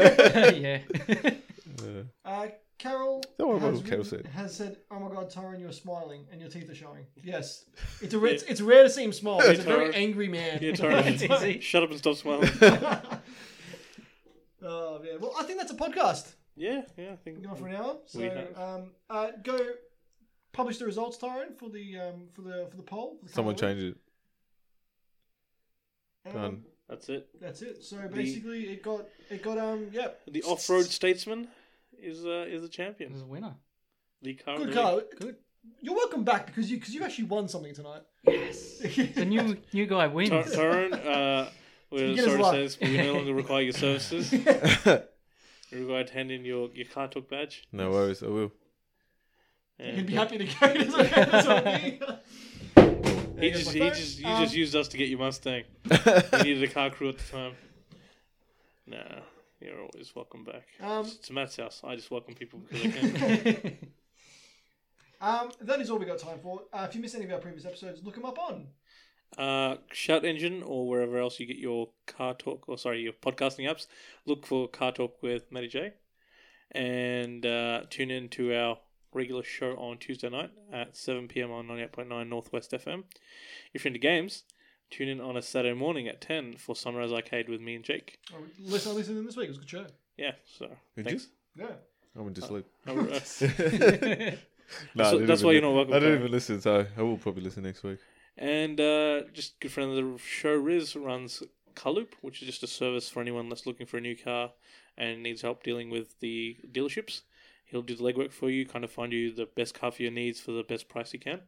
S4: yeah.
S3: Yeah.
S1: Uh, Carol,
S3: Don't worry about
S1: has
S3: what Carol
S1: written-
S3: said.
S1: has said, "Oh my God, Tyron, you're smiling and your teeth are showing." Yes, it's a rare, it's, it's rare to see him smile. He's a very
S2: Tyron.
S1: angry man.
S2: Yeah,
S4: It's
S2: Tyron,
S4: easy.
S2: shut up and stop smiling.
S1: oh man, well, I think that's a podcast.
S2: Yeah, yeah, I think.
S1: We've gone for an hour, so
S2: We have.
S1: um, uh, go publish the results, Tyron, for the um, for the for the poll. for the
S3: Someone
S1: current
S3: change it.
S1: one.
S3: Done.
S1: Um,
S2: That's it.
S1: That's it. So basically, it got it got um, yep,
S2: The off-road statesman is uh, is the champion.
S4: There's a winner.
S2: The car.
S1: Mm. good
S2: the-
S1: car. Good. You're welcome back because you because you actually won something tonight.
S4: Yes. The new new guy wins.
S2: Ty- Tyrone, uh, we're
S1: Get us
S2: sorry to
S1: luck.
S2: say this, but we no longer require your services.
S3: no
S2: We require to hand in your, your car talk badge.
S3: worries, I will.
S1: You can
S2: And
S1: be happy to go to the that's what I mean.
S2: he just, he just, you just used us to get your Mustang. We needed a car crew at the time. Nah, you're always welcome back.
S1: Um,
S2: It's it's Matt's house. I just welcome people because I can.
S1: um, that is all we got time for. Uh, if you missed any of our previous episodes, look them up on.
S2: uh, Shout Engine or wherever else you get your car talk or sorry your podcasting apps. Look for Car Talk with Matty J, and uh, tune in to our regular show on Tuesday night at 7 p.m. on 98.9 Northwest FM. If you're into games, tune in on a Saturday morning at 10 for Sunrise Arcade with me and Jake.
S1: Oh, Listen, listen in this week. It was a good show.
S2: Yeah, so
S3: Did
S2: thanks.
S1: Yeah.
S3: I'm gonna just sleep.
S2: Oh, uh,
S3: Nah, I
S2: That's-
S3: didn't
S2: that's
S3: even
S2: why you're
S3: li-
S2: not welcome
S3: I didn't
S2: back.
S3: even listen, so I will probably listen next week.
S2: And uh, just good friend of the show, Riz, runs Carloop, which is just a service for anyone that's looking for a new car and needs help dealing with the dealerships. He'll do the legwork for you, kind of find you the best car for your needs for the best price he can.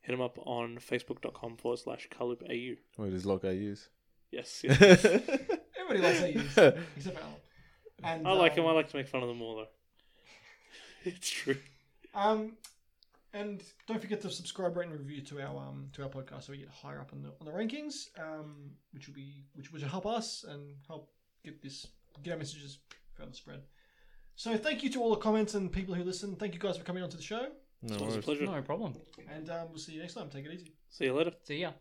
S2: Hit him up on facebook.com forward slash Carloop AU.
S3: Wait, it's like I use.
S2: Yes, yes.
S1: Everybody likes AUs, except Alan. And,
S2: I like him. I
S1: um,
S2: like to make fun of them all, though. it's true.
S1: Um, and don't forget to subscribe, rate, and review to our um to our podcast so we get higher up on the on the rankings. Um, which will be which will help us and help get this get our messages further spread. So thank you to all the comments and people who listen. Thank you guys for coming onto the show,
S3: no
S2: It was a
S3: worries.
S2: pleasure.
S4: no problem.
S1: and um, we'll see you next time. Take it easy.
S2: See you later.
S4: See ya.